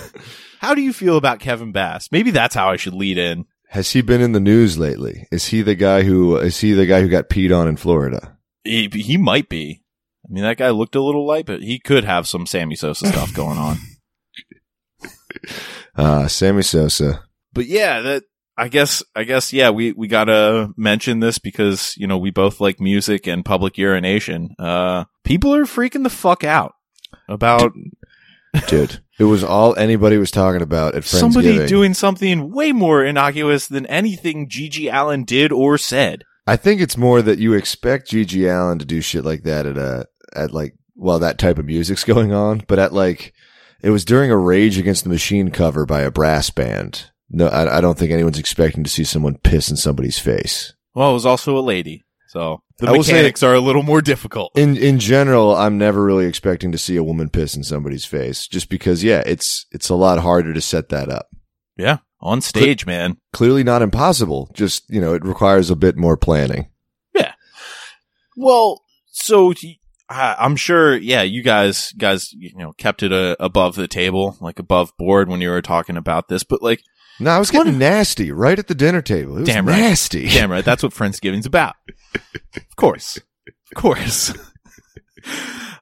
Speaker 1: How do you feel about Kevin Bass? Maybe that's how I should lead in.
Speaker 2: Has he been in the news lately? Is he the guy who is he the guy who got peed on in Florida?
Speaker 1: He, he might be. I mean, that guy looked a little light, but he could have some Sammy Sosa stuff going on.
Speaker 2: Uh, Sammy Sosa.
Speaker 1: But yeah, that I guess I guess yeah, we we gotta mention this because you know we both like music and public urination. Uh, people are freaking the fuck out about
Speaker 2: Dude, it was all anybody was talking about at Friendsgiving.
Speaker 1: somebody doing something way more innocuous than anything Gigi Allen did or said.
Speaker 2: I think it's more that you expect Gigi Allen to do shit like that at a at like while that type of music's going on, but at like it was during a Rage Against the Machine cover by a brass band. No, I, I don't think anyone's expecting to see someone piss in somebody's face.
Speaker 1: Well, it was also a lady, so the
Speaker 2: I will say-
Speaker 1: mechanics are a little more difficult.
Speaker 2: In in general, I'm never really expecting to see a woman piss in somebody's face, just because yeah, it's it's a lot harder to set that up.
Speaker 1: yeah, on stage, man.
Speaker 2: Clearly not impossible, just you know, it requires a bit more planning.
Speaker 1: Well, so y- I- I'm sure, yeah, you guys, guys, you know, kept it uh, above the table, like above board when you were talking about this, but like,
Speaker 2: No, I was getting nasty right at the dinner table. It was
Speaker 1: Damn right.
Speaker 2: nasty.
Speaker 1: damn right, that's what Friendsgiving's about. Of course. Of course.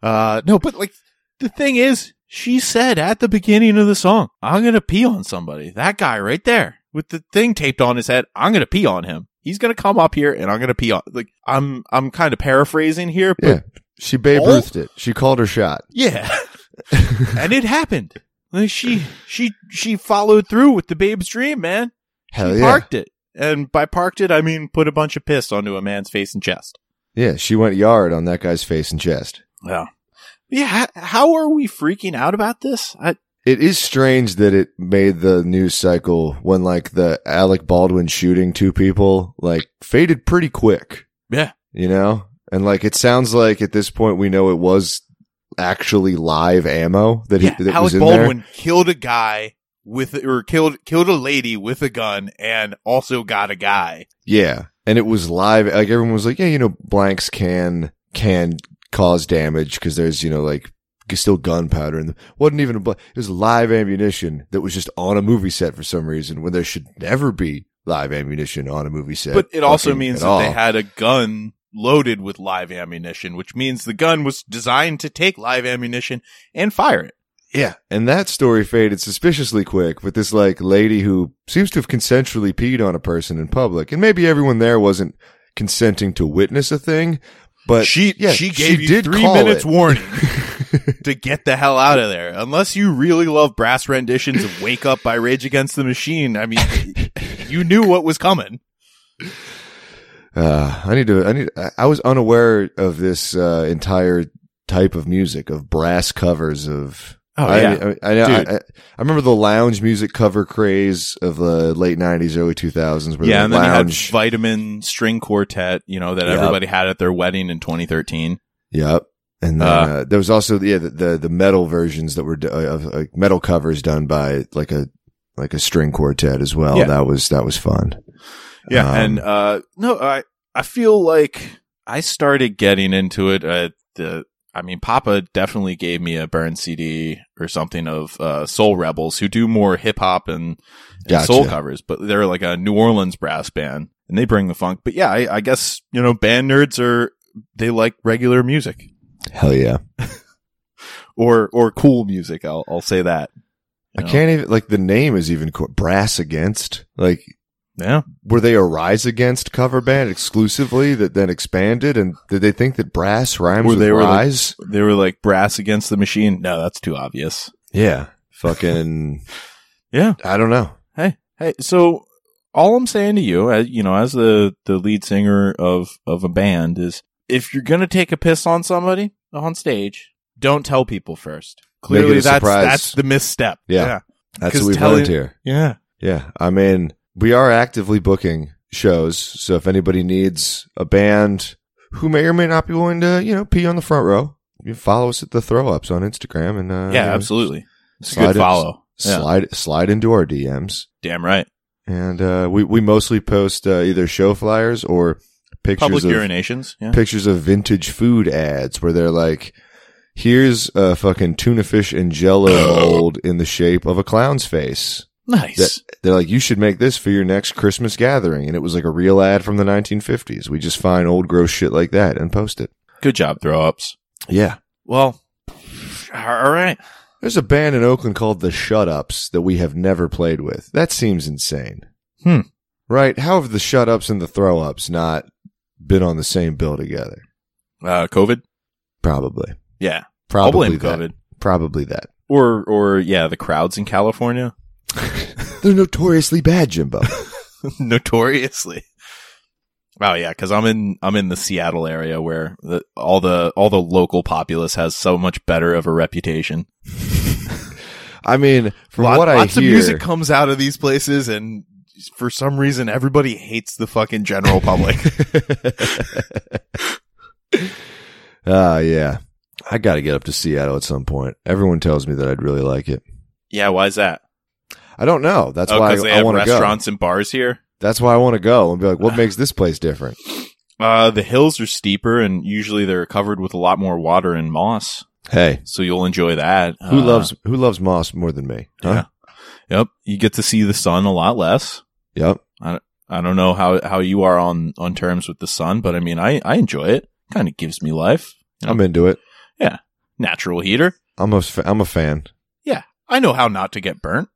Speaker 1: Uh, no, but like, the thing is, she said at the beginning of the song, I'm gonna pee on somebody. That guy right there with the thing taped on his head, I'm gonna pee on him. He's gonna come up here and I'm gonna pee on, like, I'm, I'm kind of paraphrasing here, but
Speaker 2: Yeah. She Babe
Speaker 1: All-
Speaker 2: Ruthed it. She called her shot.
Speaker 1: Yeah. and it happened. Like she she she followed through with the babe's dream, man.
Speaker 2: Hell
Speaker 1: she
Speaker 2: yeah.
Speaker 1: parked it. And by parked it I mean put a bunch of piss onto a man's face and chest.
Speaker 2: Yeah, she went yard on that guy's face and chest.
Speaker 1: Yeah. Yeah, h- how are we freaking out about this? I,
Speaker 2: It is strange that it made the news cycle when like the Alec Baldwin shooting two people like faded pretty quick,
Speaker 1: yeah.
Speaker 2: you know? And like it sounds like at this point we know it was actually live ammo that he
Speaker 1: yeah.
Speaker 2: that
Speaker 1: Alec
Speaker 2: was in
Speaker 1: Baldwin killed a guy with or killed killed a lady with a gun and also got a guy.
Speaker 2: there. Yeah. And it was live like everyone was like, yeah, you know, blanks can can cause damage cuz there's, you know, like still gunpowder and wasn't even a bl- it was live ammunition that was just on a movie set for some reason when there should never be live ammunition on a movie set.
Speaker 1: But it also
Speaker 2: fucking
Speaker 1: means
Speaker 2: at
Speaker 1: that
Speaker 2: all.
Speaker 1: they had a gun loaded with live ammunition, which means the gun was designed to take live ammunition and fire it.
Speaker 2: Yeah. And that story faded suspiciously quick with this like lady who seems to have consensually peed on a person in public. And maybe everyone there wasn't consenting to witness a thing, but
Speaker 1: she
Speaker 2: yeah,
Speaker 1: she gave you
Speaker 2: did
Speaker 1: three
Speaker 2: call
Speaker 1: minutes
Speaker 2: it.
Speaker 1: warning to get the hell out of there. Unless you really love brass renditions of "Wake Up" by Rage Against the Machine, I mean, you knew what was coming.
Speaker 2: Uh, I need to. I need. I- I was unaware of this uh, entire type of music of brass covers of.
Speaker 1: Oh
Speaker 2: I,
Speaker 1: yeah,
Speaker 2: I, I, know-
Speaker 1: Dude.
Speaker 2: I, I remember the lounge music cover craze of the late '90s, early 2000s, where
Speaker 1: yeah.
Speaker 2: the
Speaker 1: And then you had
Speaker 2: lounge.
Speaker 1: Vitamin String Quartet, you know, that
Speaker 2: Yep.
Speaker 1: everybody had at their wedding in 2013.
Speaker 2: yep. And then,
Speaker 1: Uh,
Speaker 2: uh, there was also yeah the, the the metal versions that were d- uh, of uh, metal covers done by like a like a string quartet as well.
Speaker 1: Yeah.
Speaker 2: That was that was fun.
Speaker 1: Yeah,
Speaker 2: Um,
Speaker 1: and uh, no, I I feel like I started getting into it. At the I mean, Papa definitely gave me a burn CD or something of uh, Soul Rebels, who do more hip hop and, and
Speaker 2: Gotcha.
Speaker 1: soul covers, but they're like a New Orleans brass band, and they bring the funk. But yeah, I, I guess you know, band nerds are they like regular music
Speaker 2: Hell yeah.
Speaker 1: or or cool music. I'll I'll say that.
Speaker 2: I
Speaker 1: You know?
Speaker 2: can't even like the name is even co- brass against like
Speaker 1: Yeah,
Speaker 2: were they a rise against cover band exclusively that then expanded and did they think that brass rhymes
Speaker 1: Or
Speaker 2: with
Speaker 1: they were, like-
Speaker 2: rise
Speaker 1: they were like brass against the machine. No, that's too obvious.
Speaker 2: yeah fucking
Speaker 1: Yeah.
Speaker 2: i don't know
Speaker 1: Hey, hey. So all I'm saying to you, as you know, as the the lead singer of of a band, is if you're gonna take a piss on somebody on stage, don't tell people first.
Speaker 2: Make it a
Speaker 1: Clearly, that's
Speaker 2: surprise.
Speaker 1: that's the misstep.
Speaker 2: Yeah.
Speaker 1: yeah,
Speaker 2: that's
Speaker 1: 'Cause
Speaker 2: what we've
Speaker 1: telling-
Speaker 2: learned here
Speaker 1: yeah.
Speaker 2: yeah i mean we are actively booking shows so if anybody needs a band who may or may not be willing to you know pee on the front row you follow us at the throw ups on instagram and uh you know,
Speaker 1: absolutely. It's a
Speaker 2: slide
Speaker 1: good
Speaker 2: it-
Speaker 1: follow. Yeah,
Speaker 2: slide slide into our dms
Speaker 1: damn right.
Speaker 2: and uh we we mostly post uh, either show flyers or pictures
Speaker 1: Public
Speaker 2: of
Speaker 1: urinations. Yeah.
Speaker 2: pictures of vintage food ads where they're like, here's a fucking tuna fish and jello mold in the shape of a clown's face.
Speaker 1: Nice.
Speaker 2: They're like, you should make this for your next Christmas gathering. And it was like a real ad from the 1950s. We just find old gross shit like that and post it.
Speaker 1: Good job, throw ups.
Speaker 2: Yeah.
Speaker 1: Well, all right.
Speaker 2: There's a band in Oakland called the Shut Ups that we have never played with. That seems insane.
Speaker 1: Hmm.
Speaker 2: Right? How have the Shut Ups and the Throw Ups not been on the same bill together?
Speaker 1: Uh, COVID.
Speaker 2: Probably.
Speaker 1: Yeah, I'll
Speaker 2: Probably
Speaker 1: blame
Speaker 2: that.
Speaker 1: COVID.
Speaker 2: Probably that.
Speaker 1: Or or yeah, the crowds in California
Speaker 2: They're notoriously bad, Jimbo.
Speaker 1: notoriously. Oh yeah, because I'm in I'm in the Seattle area where the, all the all the local populace has so much better of a reputation.
Speaker 2: I mean, from
Speaker 1: Lot-
Speaker 2: what I
Speaker 1: lots
Speaker 2: hear,
Speaker 1: of music comes out of these places, and for some reason, everybody hates the fucking general public.
Speaker 2: Ah, yeah, I got to get up to Seattle at some point. Everyone tells me that I'd really like it.
Speaker 1: yeah, why is that?
Speaker 2: I don't know. That's
Speaker 1: oh,
Speaker 2: why
Speaker 1: because they
Speaker 2: I,
Speaker 1: have
Speaker 2: want to go.
Speaker 1: restaurants Ah. and bars here.
Speaker 2: That's why I want to go and be like, what makes this place different?
Speaker 1: Uh, the hills are steeper, and usually they're covered with a lot more water and moss,
Speaker 2: Hey,
Speaker 1: so you'll enjoy that.
Speaker 2: who
Speaker 1: Uh,
Speaker 2: loves who loves moss more than me? Huh?
Speaker 1: Yep, you get to see the sun a lot less.
Speaker 2: Yep.
Speaker 1: I don't know how, how you are on, on terms with the sun, but I mean, I, I enjoy it. Kind of gives me life.
Speaker 2: I'm into it.
Speaker 1: Natural heater.
Speaker 2: I'm a fa- I'm a fan.
Speaker 1: I know how not to get burnt.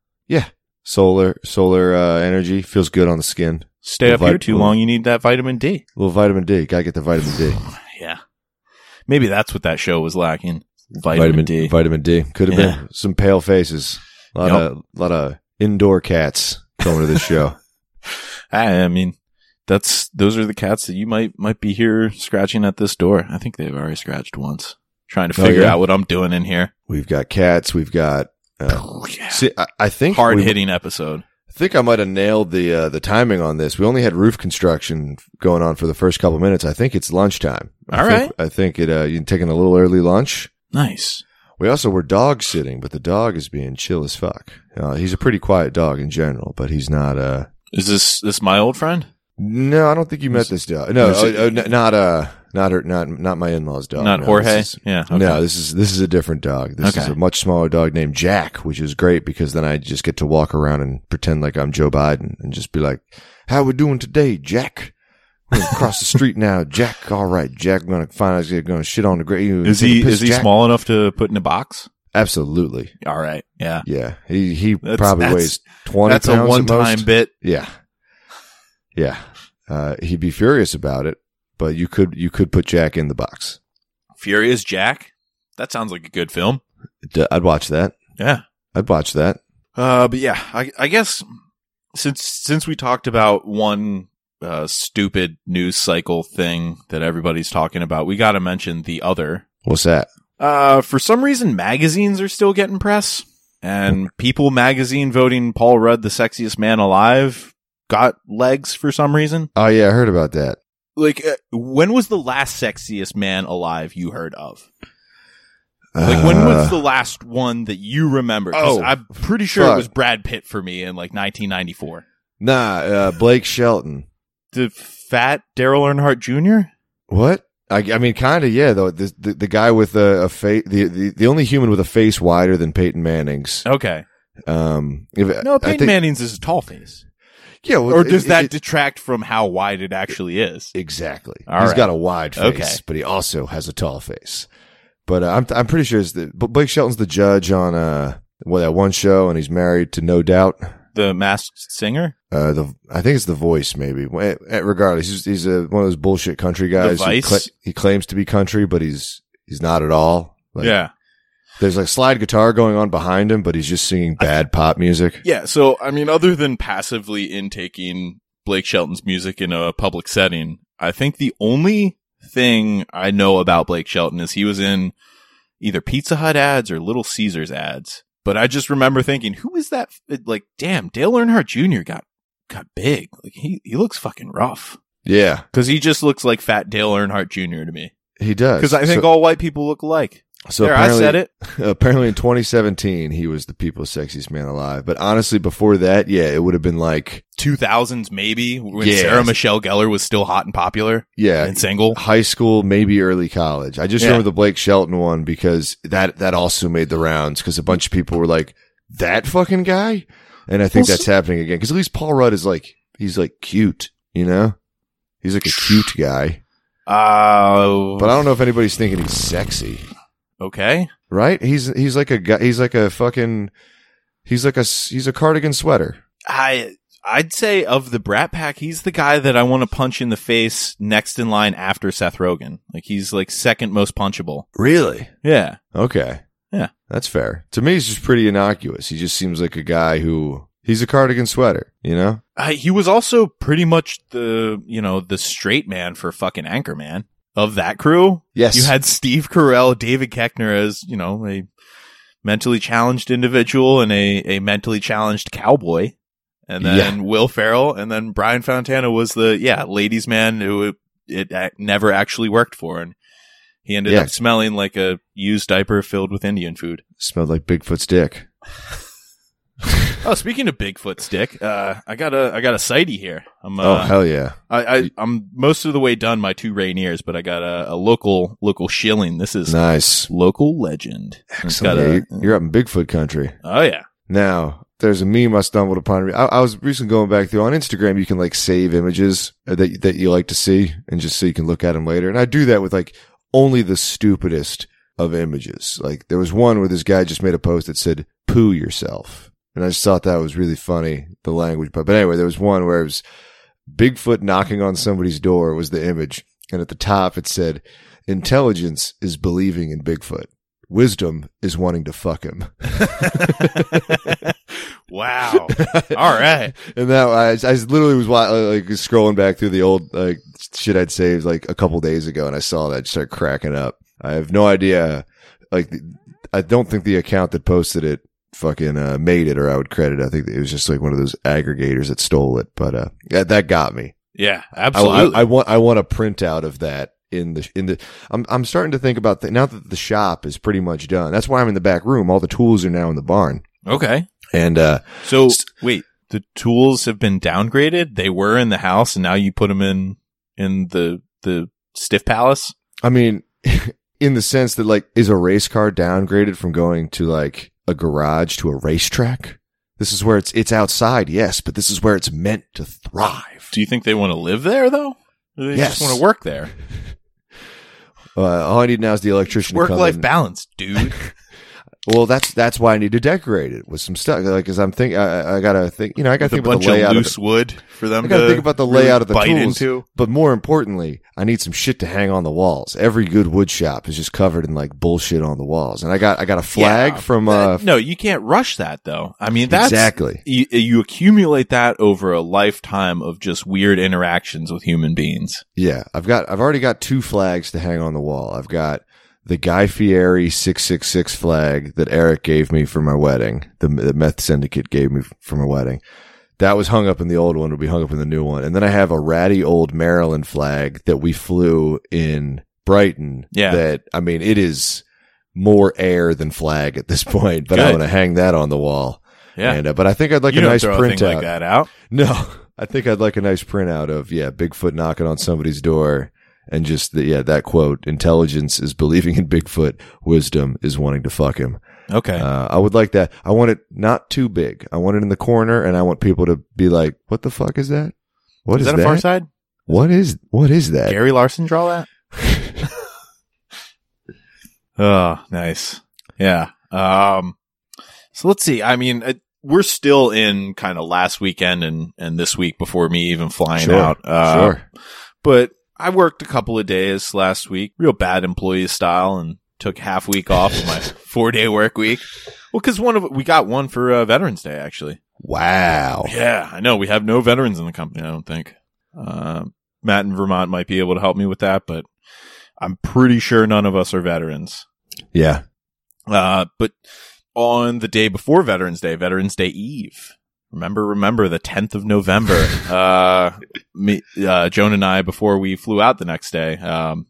Speaker 2: Solar solar uh, energy feels good on the skin.
Speaker 1: Stay
Speaker 2: The
Speaker 1: up here
Speaker 2: vit-
Speaker 1: too long, you need that vitamin D.
Speaker 2: little vitamin D. Gotta get the vitamin D.
Speaker 1: Yeah. Maybe that's what that show was lacking. Vitamin, D.
Speaker 2: Vitamin D. Could have
Speaker 1: Yeah.
Speaker 2: been some pale faces. A lot of lot of indoor cats coming to this show.
Speaker 1: Ah, I I mean, that's, those are the cats that you might, might be here scratching at this door. I think they've already scratched once. Trying to
Speaker 2: Oh,
Speaker 1: figure
Speaker 2: yeah?
Speaker 1: out what I'm doing in here.
Speaker 2: We've got cats. We've got. Uh, see, I, I think
Speaker 1: Hard
Speaker 2: we-
Speaker 1: hitting episode.
Speaker 2: I think I might have nailed the uh, the timing on this. We only had roof construction going on for the first couple minutes. I think it's lunchtime. I
Speaker 1: All
Speaker 2: think-
Speaker 1: right.
Speaker 2: I think it. Uh, you're taking a little early lunch.
Speaker 1: Nice.
Speaker 2: We also were dog sitting, but the dog is being chill as fuck. Uh, he's a pretty quiet dog in general, but he's not. Uh,
Speaker 1: Is this, this my old friend?
Speaker 2: no, I don't think you met this dog. No,
Speaker 1: Was it-
Speaker 2: uh, uh, n- not uh, Not her, not not my in-laws' dog.
Speaker 1: Not
Speaker 2: No,
Speaker 1: Jorge.
Speaker 2: this is-
Speaker 1: yeah. okay.
Speaker 2: No, this is this is a different dog. This is
Speaker 1: Okay.
Speaker 2: a much smaller dog named Jack, which is great because then I just get to walk around and pretend like I'm Joe Biden and just be like, "How we doing today, Jack?" We're gonna cross the street now, Jack. All right, Jack. I'm gonna find. I'm gonna shit on the grave.
Speaker 1: Is he is he small enough to put in a box?
Speaker 2: Absolutely.
Speaker 1: All right. Yeah.
Speaker 2: Yeah, he he
Speaker 1: That's-
Speaker 2: probably
Speaker 1: that's-
Speaker 2: weighs twenty.
Speaker 1: That's
Speaker 2: pounds
Speaker 1: a
Speaker 2: at
Speaker 1: one
Speaker 2: most.
Speaker 1: time bit.
Speaker 2: Yeah, yeah. Uh, he'd be furious about it, but you could you could put Jack in the box.
Speaker 1: Furious Jack. That sounds like a good film.
Speaker 2: D- I'd watch that.
Speaker 1: Yeah.
Speaker 2: I'd watch that.
Speaker 1: Uh, but yeah, I, I guess since since we talked about one uh, stupid news cycle thing that everybody's talking about, we got to mention the other.
Speaker 2: What's that?
Speaker 1: Uh, for some reason, magazines are still getting press, and People magazine voting Paul Rudd the sexiest man alive got legs for some reason.
Speaker 2: Oh yeah, I heard about that.
Speaker 1: Like, uh, when was the last sexiest man alive you heard of? Like, when was the last one that you remember? 'Cause
Speaker 2: Uh. oh,
Speaker 1: I'm pretty sure it
Speaker 2: fuck.
Speaker 1: was Brad Pitt for me in like 1994.
Speaker 2: nah uh, Blake Shelton?
Speaker 1: the fat Daryl Earnhardt Jr.
Speaker 2: What? I, I mean, kind of yeah. Though the, the the guy with a, a face, the, the the only human with a face wider than Peyton Manning's.
Speaker 1: Okay,
Speaker 2: Um, if,
Speaker 1: no,
Speaker 2: I
Speaker 1: Peyton
Speaker 2: think-
Speaker 1: Manning's is a tall face,
Speaker 2: Yeah, well,
Speaker 1: or does
Speaker 2: it-
Speaker 1: that
Speaker 2: it-
Speaker 1: detract from how wide it actually is?
Speaker 2: Exactly. He's
Speaker 1: All right.
Speaker 2: got a wide face,
Speaker 1: Okay.
Speaker 2: but he also has a tall face. But uh, I'm I'm pretty sure it's the but Blake Shelton's the judge on uh well that one show, and he's married to No Doubt.
Speaker 1: The Masked Singer,
Speaker 2: Uh, the I think it's The Voice, maybe. Well, eh, regardless, he's he's a, one of those bullshit country guys. who
Speaker 1: Vice?
Speaker 2: he claims to be country, but he's he's not at all. Like,
Speaker 1: yeah,
Speaker 2: There's like slide guitar going on behind him, but he's just singing bad pop music.
Speaker 1: yeah. So I mean, other than passively intaking Blake Shelton's music in a public setting, I think the only thing I know about Blake Shelton is he was in either Pizza Hut ads or Little Caesars ads. But I just remember thinking, who is that? Like, damn, Dale Earnhardt Jr. got got big. Like he he looks fucking rough.
Speaker 2: Yeah,
Speaker 1: Because he just looks like Fat Dale Earnhardt Jr. to me.
Speaker 2: he does.
Speaker 1: Because I think
Speaker 2: Uh, So-
Speaker 1: all white people look alike.
Speaker 2: so
Speaker 1: there, I
Speaker 2: apparently-
Speaker 1: said it.
Speaker 2: apparently in 2017 he was the people's sexiest man alive but honestly before that yeah it would have been like
Speaker 1: 2000s maybe when
Speaker 2: Yes.
Speaker 1: Sarah Michelle Gellar was still hot and popular
Speaker 2: yeah
Speaker 1: and single.
Speaker 2: high school maybe early college i just
Speaker 1: Yeah.
Speaker 2: remember the blake shelton one because that that also made the rounds because a bunch of people were like that fucking guy and i think
Speaker 1: Well,
Speaker 2: that's happening again because at least paul rudd is like he's like cute you know he's like a cute guy
Speaker 1: Uh,
Speaker 2: but i don't know if anybody's thinking he's sexy
Speaker 1: okay.
Speaker 2: right he's he's like a guy he's like a fucking he's like a s- he's a cardigan sweater
Speaker 1: I I'd say of the Brat Pack, he's the guy that I want to punch in the face next in line after Seth Rogen. Like he's like second most punchable.
Speaker 2: really
Speaker 1: Yeah.
Speaker 2: Okay.
Speaker 1: Yeah.
Speaker 2: That's fair. To me, he's just pretty innocuous. He just seems like a guy who he's a cardigan sweater, you know?
Speaker 1: Uh, he was also pretty much the you know the straight man for fucking Anchorman of that crew.
Speaker 2: Yes.
Speaker 1: You had Steve Carell, David Keckner as, you know, a mentally challenged individual and a, a mentally challenged cowboy. And then Will Farrell and then Brian Fontana was the, yeah, ladies man who it, it ac- never actually worked for. And he ended
Speaker 2: Yeah.
Speaker 1: up smelling like a used diaper filled with Indian food.
Speaker 2: smelled like Bigfoot's
Speaker 1: Um,
Speaker 2: dick.
Speaker 1: Oh, speaking of Bigfoot stick, uh, I got a, I got a sighty here. I'm, uh,
Speaker 2: oh, hell yeah.
Speaker 1: I, I, I'm most of the way done my two Rainiers, but I got a, a local, local shilling. This is
Speaker 2: Nice.
Speaker 1: local legend. It's got
Speaker 2: Excellent. Yeah,
Speaker 1: a-
Speaker 2: you're, you're up in Bigfoot country.
Speaker 1: Oh yeah.
Speaker 2: Now, there's a meme I stumbled upon. I, I was recently going back through on Instagram. You can like save images uh, that that you like to see, and just so you can look at them later. And I do that with like only the stupidest of images. Like there was one where this guy just made a post that said "poo yourself," and I just thought that was really funny the language. But but anyway, there was one where it was Bigfoot knocking on somebody's door was the image, and at the top it said, "Intelligence is believing in Bigfoot. Wisdom is wanting to fuck him."
Speaker 1: wow. All right.
Speaker 2: And that I, I literally was wa- uh, like scrolling back through the old like shit I'd saved like a couple days ago, and I saw that I just started cracking up. I have no idea. Like, I don't think the account that posted it fucking uh, made it, or I would credit. it. I think it was just like one of those aggregators that stole it. But uh, that, that got me.
Speaker 1: Yeah,
Speaker 2: I,
Speaker 1: absolutely.
Speaker 2: I, I want I want a printout of that in the in the. I'm I'm starting to think about that now that the shop is pretty much done. That's why I'm in the back room. All the tools are now in the barn,
Speaker 1: okay.
Speaker 2: and uh,
Speaker 1: So wait, the tools have been downgraded. They were in the house, and now you put them in in the the Stiff Palace?
Speaker 2: I mean, in the sense that like, is a race car downgraded from going to like a garage to a racetrack? This is where it's it's outside, yes, but this is where it's meant to thrive.
Speaker 1: Do you think they want to live there though? Or they
Speaker 2: Yes.
Speaker 1: just want to work there.
Speaker 2: Uh, all I need now is the electrician. to
Speaker 1: Work
Speaker 2: come
Speaker 1: life
Speaker 2: in.
Speaker 1: balance, dude.
Speaker 2: Well, that's that's why I need to decorate it with some stuff. Like, cause I'm think I, I gotta think. You know, I
Speaker 1: With
Speaker 2: gotta
Speaker 1: a
Speaker 2: think about
Speaker 1: bunch
Speaker 2: the
Speaker 1: of
Speaker 2: layout. of
Speaker 1: loose
Speaker 2: the-
Speaker 1: wood for them
Speaker 2: I gotta
Speaker 1: to
Speaker 2: think about the
Speaker 1: really
Speaker 2: layout of the
Speaker 1: bite
Speaker 2: tools.
Speaker 1: into.
Speaker 2: but more importantly, I need some shit to hang on the walls. Every good wood shop is just covered in like bullshit on the walls, and I got I got a flag
Speaker 1: Yeah.
Speaker 2: from uh
Speaker 1: no, you can't rush that though. I mean, that's
Speaker 2: exactly.
Speaker 1: you, you accumulate that over a lifetime of just weird interactions with human beings.
Speaker 2: Yeah, I've got I've already got two flags to hang on the wall. I've got the Guy Fieri six six six flag that Eric gave me for my wedding. The, the meth syndicate gave me for my wedding. That was hung up in the old one. Will be hung up in the new one. And then I have a ratty old Maryland flag that we flew in Brighton.
Speaker 1: Yeah.
Speaker 2: That I mean, it is more air than flag at this point. But
Speaker 1: Good.
Speaker 2: I'm going to hang that on the wall.
Speaker 1: Yeah.
Speaker 2: And, uh, but I think I'd like
Speaker 1: you
Speaker 2: a
Speaker 1: don't
Speaker 2: nice
Speaker 1: throw a thing
Speaker 2: printout.
Speaker 1: like that out.
Speaker 2: No, I think I'd like a nice printout of yeah, Bigfoot knocking on somebody's door, and just the, yeah, that quote: "Intelligence is believing in Bigfoot. Wisdom is wanting to fuck him."
Speaker 1: Okay.
Speaker 2: Uh, I would like that. I want it not too big. I want it in the corner, and I want people to be like, "What the fuck is that? What
Speaker 1: is
Speaker 2: is,
Speaker 1: that, a far side?
Speaker 2: What is what is that?"
Speaker 1: Gary Larson draw that? oh, nice. Yeah. Um, so let's see. I mean, uh, we're still in kind of last weekend and, and this week before me even flying
Speaker 2: Sure.
Speaker 1: out. Uh,
Speaker 2: sure.
Speaker 1: but I worked a couple of days last week, real bad employee style, and took half week off of my four day work week. Well, because one of we got one for uh, Veterans Day actually.
Speaker 2: Wow.
Speaker 1: Yeah, I know we have no veterans in the company. I don't think uh, Matt in Vermont might be able to help me with that, but I'm pretty sure none of us are veterans.
Speaker 2: Yeah.
Speaker 1: Uh, but on the day before Veterans Day, Veterans Day Eve. Remember, remember the 10th of November. uh, me, uh, Joan and I, before we flew out the next day, um,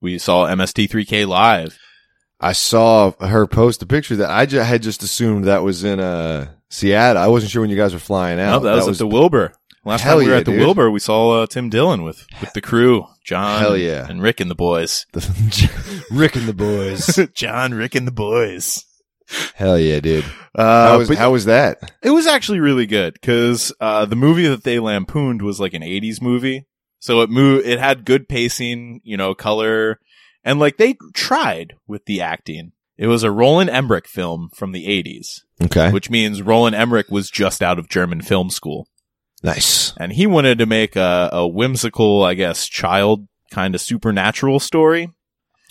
Speaker 1: we saw MST3K live.
Speaker 2: I saw her post a picture that I ju- had just assumed that was in uh, Seattle. I wasn't sure when you guys were flying
Speaker 1: No,
Speaker 2: out.
Speaker 1: Oh, that, was, at the Wilbur. Last time
Speaker 2: Hell
Speaker 1: we were
Speaker 2: yeah,
Speaker 1: at the
Speaker 2: dude.
Speaker 1: Wilbur, we saw uh, Tim Dillon with, with the crew, John
Speaker 2: Hell yeah.
Speaker 1: and Rick and the boys.
Speaker 2: the Rick and the boys.
Speaker 1: John, Rick, and the boys.
Speaker 2: Hell yeah, dude.
Speaker 1: Uh,
Speaker 2: How was,
Speaker 1: but
Speaker 2: how was that?
Speaker 1: it was actually really good because uh, the movie that they lampooned was like an '80s movie, so it moved. It had good pacing, you know, color, and like they tried with the acting. It was a Roland Emmerich film from the '80s,
Speaker 2: Okay.
Speaker 1: which means Roland Emmerich was just out of German film school
Speaker 2: Nice.
Speaker 1: and he wanted to make a, a whimsical, I guess, child kind of supernatural story.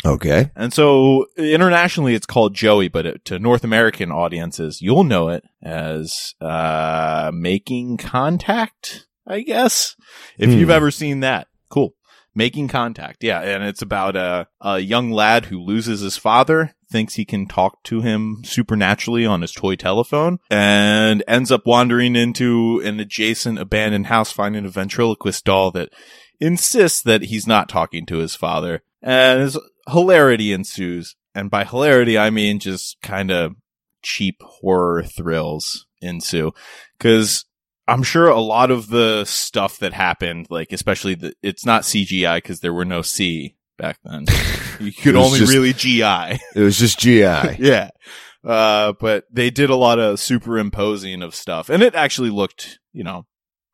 Speaker 2: Okay.
Speaker 1: And so internationally, it's called Joey, but it, to North American audiences, you'll know it as uh, Making Contact, I guess. If
Speaker 2: Hmm.
Speaker 1: you've ever seen that, cool. Making Contact, yeah, and it's about a, a young lad who loses his father, thinks he can talk to him supernaturally on his toy telephone, and ends up wandering into an adjacent abandoned house, finding a ventriloquist doll that insists that he's not talking to his father, and his hilarity ensues. And by hilarity, I mean just kind of cheap horror thrills ensue. Cause I'm sure a lot of the stuff that happened, like especially the, it's not CGI cause there were no C back then. You could
Speaker 2: was
Speaker 1: only
Speaker 2: just-
Speaker 1: really GI.
Speaker 2: It was just GI.
Speaker 1: yeah. Uh, but they did a lot of superimposing of stuff and it actually looked, you know,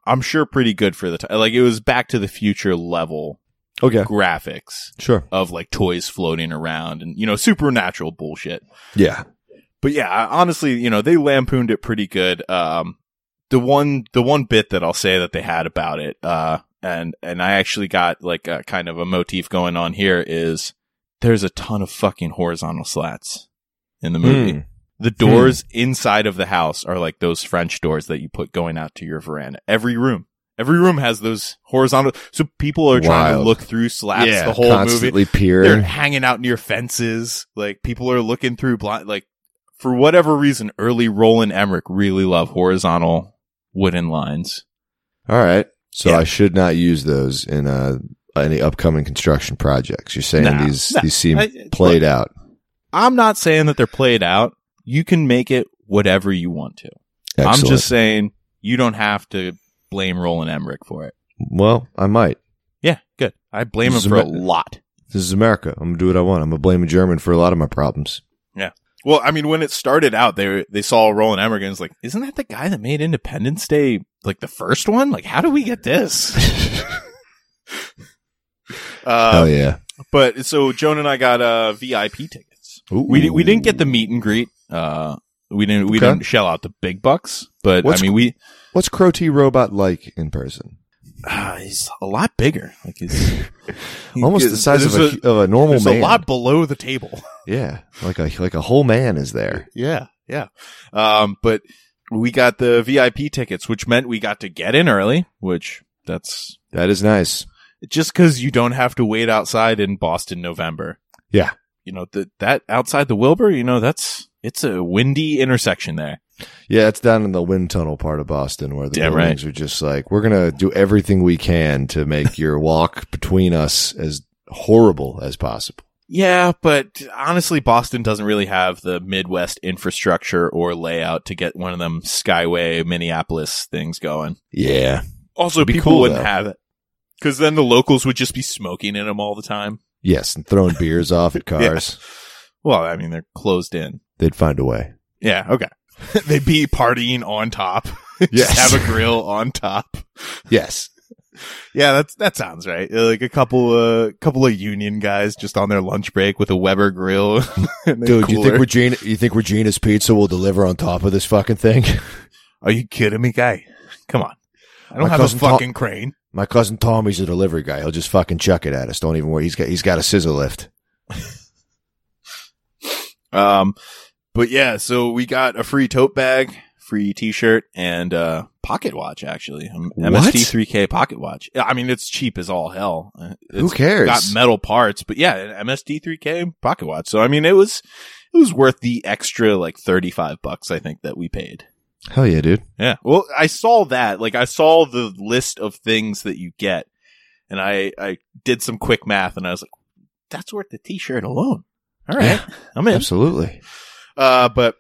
Speaker 1: I'm sure pretty good for the time. Like it was back to the future level
Speaker 2: okay.
Speaker 1: graphics
Speaker 2: Sure.
Speaker 1: of like toys floating around and you know supernatural bullshit.
Speaker 2: Yeah.
Speaker 1: But yeah, I- honestly, you know they lampooned it pretty good. Um, the one the one bit that I'll say that they had about it, uh, and and I actually got like a kind of a motif going on here is there's a ton of fucking horizontal slats in the movie.
Speaker 2: Mm.
Speaker 1: The doors inside of the house are like those French doors that you put going out to your veranda. Every room. Every room has those horizontal. So people are trying to
Speaker 2: Wild.
Speaker 1: look through slats
Speaker 2: yeah.
Speaker 1: the whole movie.
Speaker 2: Constantly
Speaker 1: They're
Speaker 2: peering.
Speaker 1: hanging out near fences. Like people are looking through blind. Like for whatever reason, early Roland Emmerich really love horizontal wooden lines.
Speaker 2: All right. So
Speaker 1: Yeah.
Speaker 2: I should not use those in uh, any upcoming construction projects. You're saying
Speaker 1: Nah.
Speaker 2: these
Speaker 1: Nah.
Speaker 2: these seem
Speaker 1: I-
Speaker 2: played out.
Speaker 1: I'm not saying that they're played out. You can make it whatever you want to.
Speaker 2: Excellent.
Speaker 1: I'm just saying you don't have to blame Roland Emmerich for it.
Speaker 2: well, I might.
Speaker 1: Yeah, good. I blame him
Speaker 2: Zuma-
Speaker 1: for a lot.
Speaker 2: This is America. I'm gonna do what I want. I'm gonna blame a German for a lot of my problems.
Speaker 1: Well, I mean, when it started out, they were- they saw Roland Emmerich's like, isn't that the guy that made Independence Day like the first one? Like, how do we get this? uh,
Speaker 2: Hell yeah.
Speaker 1: But so Joan and I got uh, VIP tickets. We di- we didn't get the meet and greet. Uh, we didn't we
Speaker 2: Okay.
Speaker 1: didn't shell out the big bucks, but
Speaker 2: What's-
Speaker 1: I mean, we
Speaker 2: What's Crow T Robot like in person?
Speaker 1: uh, he's a lot bigger. Like he's he-
Speaker 2: Almost the size of
Speaker 1: there's
Speaker 2: a, hu- of a normal
Speaker 1: there's
Speaker 2: man.
Speaker 1: a lot below the table.
Speaker 2: Yeah, like a like a whole man is there.
Speaker 1: Yeah, yeah. Um, but we got the VIP tickets, which meant we got to get in early, which that's
Speaker 2: That is nice.
Speaker 1: just cause you don't have to wait outside in Boston, November.
Speaker 2: Yeah.
Speaker 1: You know, that, that outside the Wilbur, you know, that's, it's a windy intersection there.
Speaker 2: Yeah, it's down in the wind tunnel part of Boston where the
Speaker 1: Damn right.
Speaker 2: buildings are just like we're gonna do everything we can to make your walk between us as horrible as possible.
Speaker 1: Yeah, but honestly, Boston doesn't really have the Midwest infrastructure or layout to get one of them Skyway Minneapolis things going.
Speaker 2: Yeah,
Speaker 1: Also,
Speaker 2: It'd be
Speaker 1: people
Speaker 2: cool,
Speaker 1: wouldn't
Speaker 2: though.
Speaker 1: have it. Cause then the locals would just be smoking in them all the time.
Speaker 2: yes, and throwing beers off at cars,
Speaker 1: Well, I mean, they're closed in.
Speaker 2: they'd find a way.
Speaker 1: Yeah, okay. They'd be partying on top.
Speaker 2: Yes.
Speaker 1: Just have a grill on top.
Speaker 2: Yes,
Speaker 1: Yeah, that's that sounds right. Uh, Like a couple uh couple of union guys just on their lunch break with a Weber grill. and a
Speaker 2: dude, you
Speaker 1: cooler.
Speaker 2: think Regina? You think Regina's Pizza will deliver on top of this fucking thing?
Speaker 1: Are you kidding me, guy? Come on. I don't
Speaker 2: My
Speaker 1: have a
Speaker 2: cousin Tom-
Speaker 1: fucking crane.
Speaker 2: My cousin Tommy's a delivery guy. He'll just fucking chuck it at us. Don't even worry. He's got he's got a scissor lift.
Speaker 1: Um but yeah, so we got a free tote bag, free t-shirt and uh pocket watch actually. Um,
Speaker 2: What?
Speaker 1: MST3K pocket watch. Yeah, I mean it's cheap as all hell. Uh,
Speaker 2: Who
Speaker 1: It's
Speaker 2: cares?
Speaker 1: got metal parts, but yeah, an MSD3K pocket watch. So I mean, it was it was worth the extra like thirty five bucks I think that we paid.
Speaker 2: Hell yeah, dude.
Speaker 1: Yeah. Well, I saw that. Like I saw the list of things that you get, and I I did some quick math, and I was like, that's worth the T-shirt alone. All right,
Speaker 2: Yeah.
Speaker 1: I'm in.
Speaker 2: Absolutely.
Speaker 1: Uh, but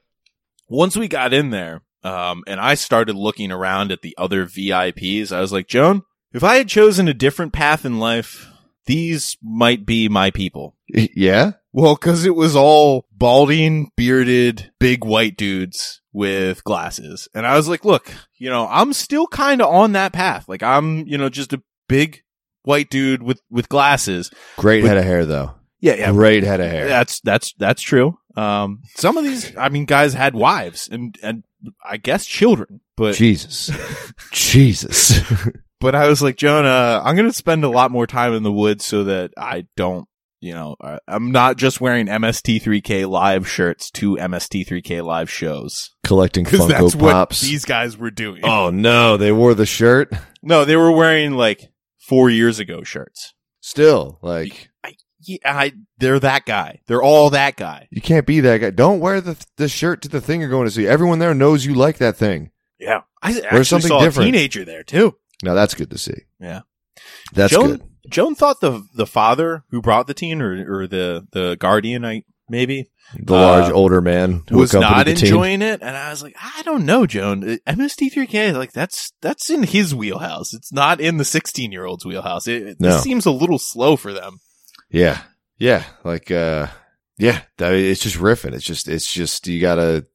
Speaker 1: once we got in there, um, and I started looking around at the other VIPs, I was like, Joan, if I had chosen a different path in life, these might be my people.
Speaker 2: Y- Yeah.
Speaker 1: Well, cause it was all balding, bearded, big white dudes with glasses. And I was like, look, you know, I'm still kind of on that path. Like I'm, you know, just a big white dude with, with glasses.
Speaker 2: Great
Speaker 1: But-
Speaker 2: head of hair though.
Speaker 1: Yeah. Yeah.
Speaker 2: Great head of hair.
Speaker 1: That's, that's, that's true. Um, some of these, I mean, guys had wives and, and I guess children, but,
Speaker 2: Jesus. Jesus.
Speaker 1: but I was like, Jonah, I'm going to spend a lot more time in the woods so that I don't, you know, I- I'm not just wearing MST3K live shirts to MST3K live shows.
Speaker 2: Collecting
Speaker 1: Because
Speaker 2: Funko
Speaker 1: that's what
Speaker 2: Pops.
Speaker 1: these guys were doing.
Speaker 2: oh no, they wore the shirt.
Speaker 1: No, they were wearing like four years ago shirts.
Speaker 2: Still, like
Speaker 1: Yeah, I, they're that guy. They're all that guy.
Speaker 2: you can't be that guy. Don't wear the the shirt to the thing you're going to see. Everyone there knows you like that thing.
Speaker 1: Yeah. I actually
Speaker 2: something
Speaker 1: saw
Speaker 2: different.
Speaker 1: a teenager there too.
Speaker 2: Now that's good to see.
Speaker 1: Yeah.
Speaker 2: That's
Speaker 1: Joan,
Speaker 2: good.
Speaker 1: Joan thought the the father who brought the teen or, or the, the guardian, I maybe,
Speaker 2: The
Speaker 1: uh,
Speaker 2: large older man who
Speaker 1: was
Speaker 2: accompanied
Speaker 1: not
Speaker 2: the team.
Speaker 1: enjoying it. And I was like, I don't know, Joan. Uh, MST3K, like that's, that's in his wheelhouse. It's not in the 16 year old's wheelhouse. It, it
Speaker 2: No.
Speaker 1: this seems a little slow for them.
Speaker 2: Yeah. Yeah. Like, uh, yeah, I mean, it's just riffing. It's just, it's just, you gotta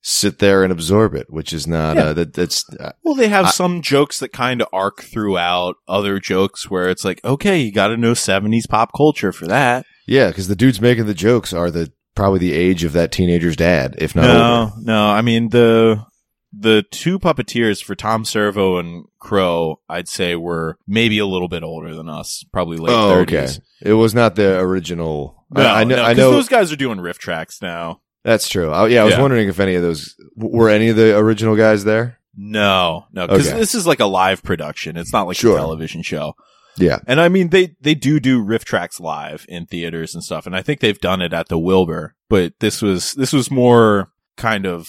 Speaker 2: sit there and absorb it, which is not,
Speaker 1: Yeah.
Speaker 2: uh, that, that's, uh,
Speaker 1: Well, they have
Speaker 2: I-
Speaker 1: some jokes that kind of arc throughout other jokes where it's like, okay, you got to know 70s pop culture for that.
Speaker 2: yeah, cause the dudes making the jokes are the, probably the age of that teenager's dad, if not older.
Speaker 1: No, no. I mean, the the two puppeteers for Tom Servo and Crow, I'd say were maybe a little bit older than us, probably late
Speaker 2: Oh,
Speaker 1: 30s.
Speaker 2: okay. It was not the original.
Speaker 1: No,
Speaker 2: I, I know,
Speaker 1: no,
Speaker 2: I
Speaker 1: 'cause
Speaker 2: know
Speaker 1: those guys are doing riff tracks now.
Speaker 2: that's true. I, yeah. I was
Speaker 1: Yeah.
Speaker 2: wondering if any of those were any of the original guys there.
Speaker 1: No, no, because
Speaker 2: Okay.
Speaker 1: this is like a live production. It's not like
Speaker 2: Sure.
Speaker 1: a television show.
Speaker 2: Yeah.
Speaker 1: And I mean, they, they do do riff tracks live in theaters and stuff. And I think they've done it at the Wilbur, but this was, this was more kind of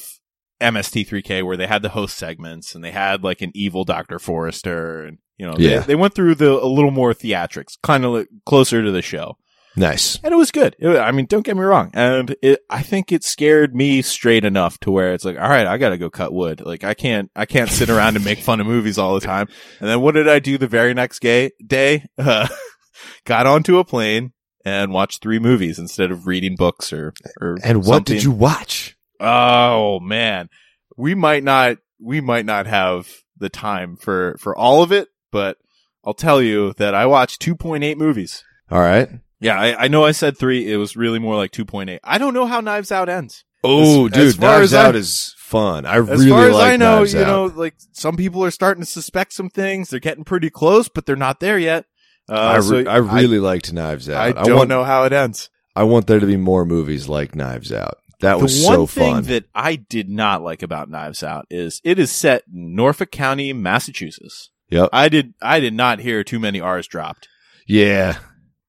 Speaker 1: MST3K where they had the host segments and they had like an evil Dr. Forrester and, you know,
Speaker 2: Yeah.
Speaker 1: they, they went through the, a little more theatrics, kind of like closer to the show.
Speaker 2: Nice.
Speaker 1: and it was good. It wa- I mean, don't get me wrong. And it, I think it scared me straight enough to where it's like, all right, I got to go cut wood. Like I can't, I can't sit around and make fun of movies all the time. And then what did I do the very next gay day? Uh, got onto a plane and watched three movies instead of reading books or, or
Speaker 2: And what did
Speaker 1: something.
Speaker 2: you watch?
Speaker 1: Oh man, we might not we might not have the time for for all of it, but I'll tell you that I watched 2.8 movies.
Speaker 2: All right.
Speaker 1: Yeah, I, I know I said three. It was really more like 2.8. I don't know how Knives Out ends.
Speaker 2: Oh,
Speaker 1: As-
Speaker 2: dude,
Speaker 1: as far as
Speaker 2: Knives
Speaker 1: I-
Speaker 2: Out is fun. I
Speaker 1: As
Speaker 2: really
Speaker 1: far as
Speaker 2: like
Speaker 1: I know,
Speaker 2: Knives
Speaker 1: you
Speaker 2: Out.
Speaker 1: know, like some people are starting to suspect some things. They're getting pretty close, but they're not there yet. Uh,
Speaker 2: I, re-
Speaker 1: so
Speaker 2: I really liked Knives Out.
Speaker 1: I, don't
Speaker 2: want,
Speaker 1: know how it ends.
Speaker 2: I want there to be more movies like Knives Out. That
Speaker 1: the
Speaker 2: was
Speaker 1: one
Speaker 2: so
Speaker 1: thing
Speaker 2: fun.
Speaker 1: that I did not like about Knives Out is it is set in Norfolk County, Massachusetts.
Speaker 2: yep.
Speaker 1: I did. I did not hear too many R's dropped.
Speaker 2: yeah.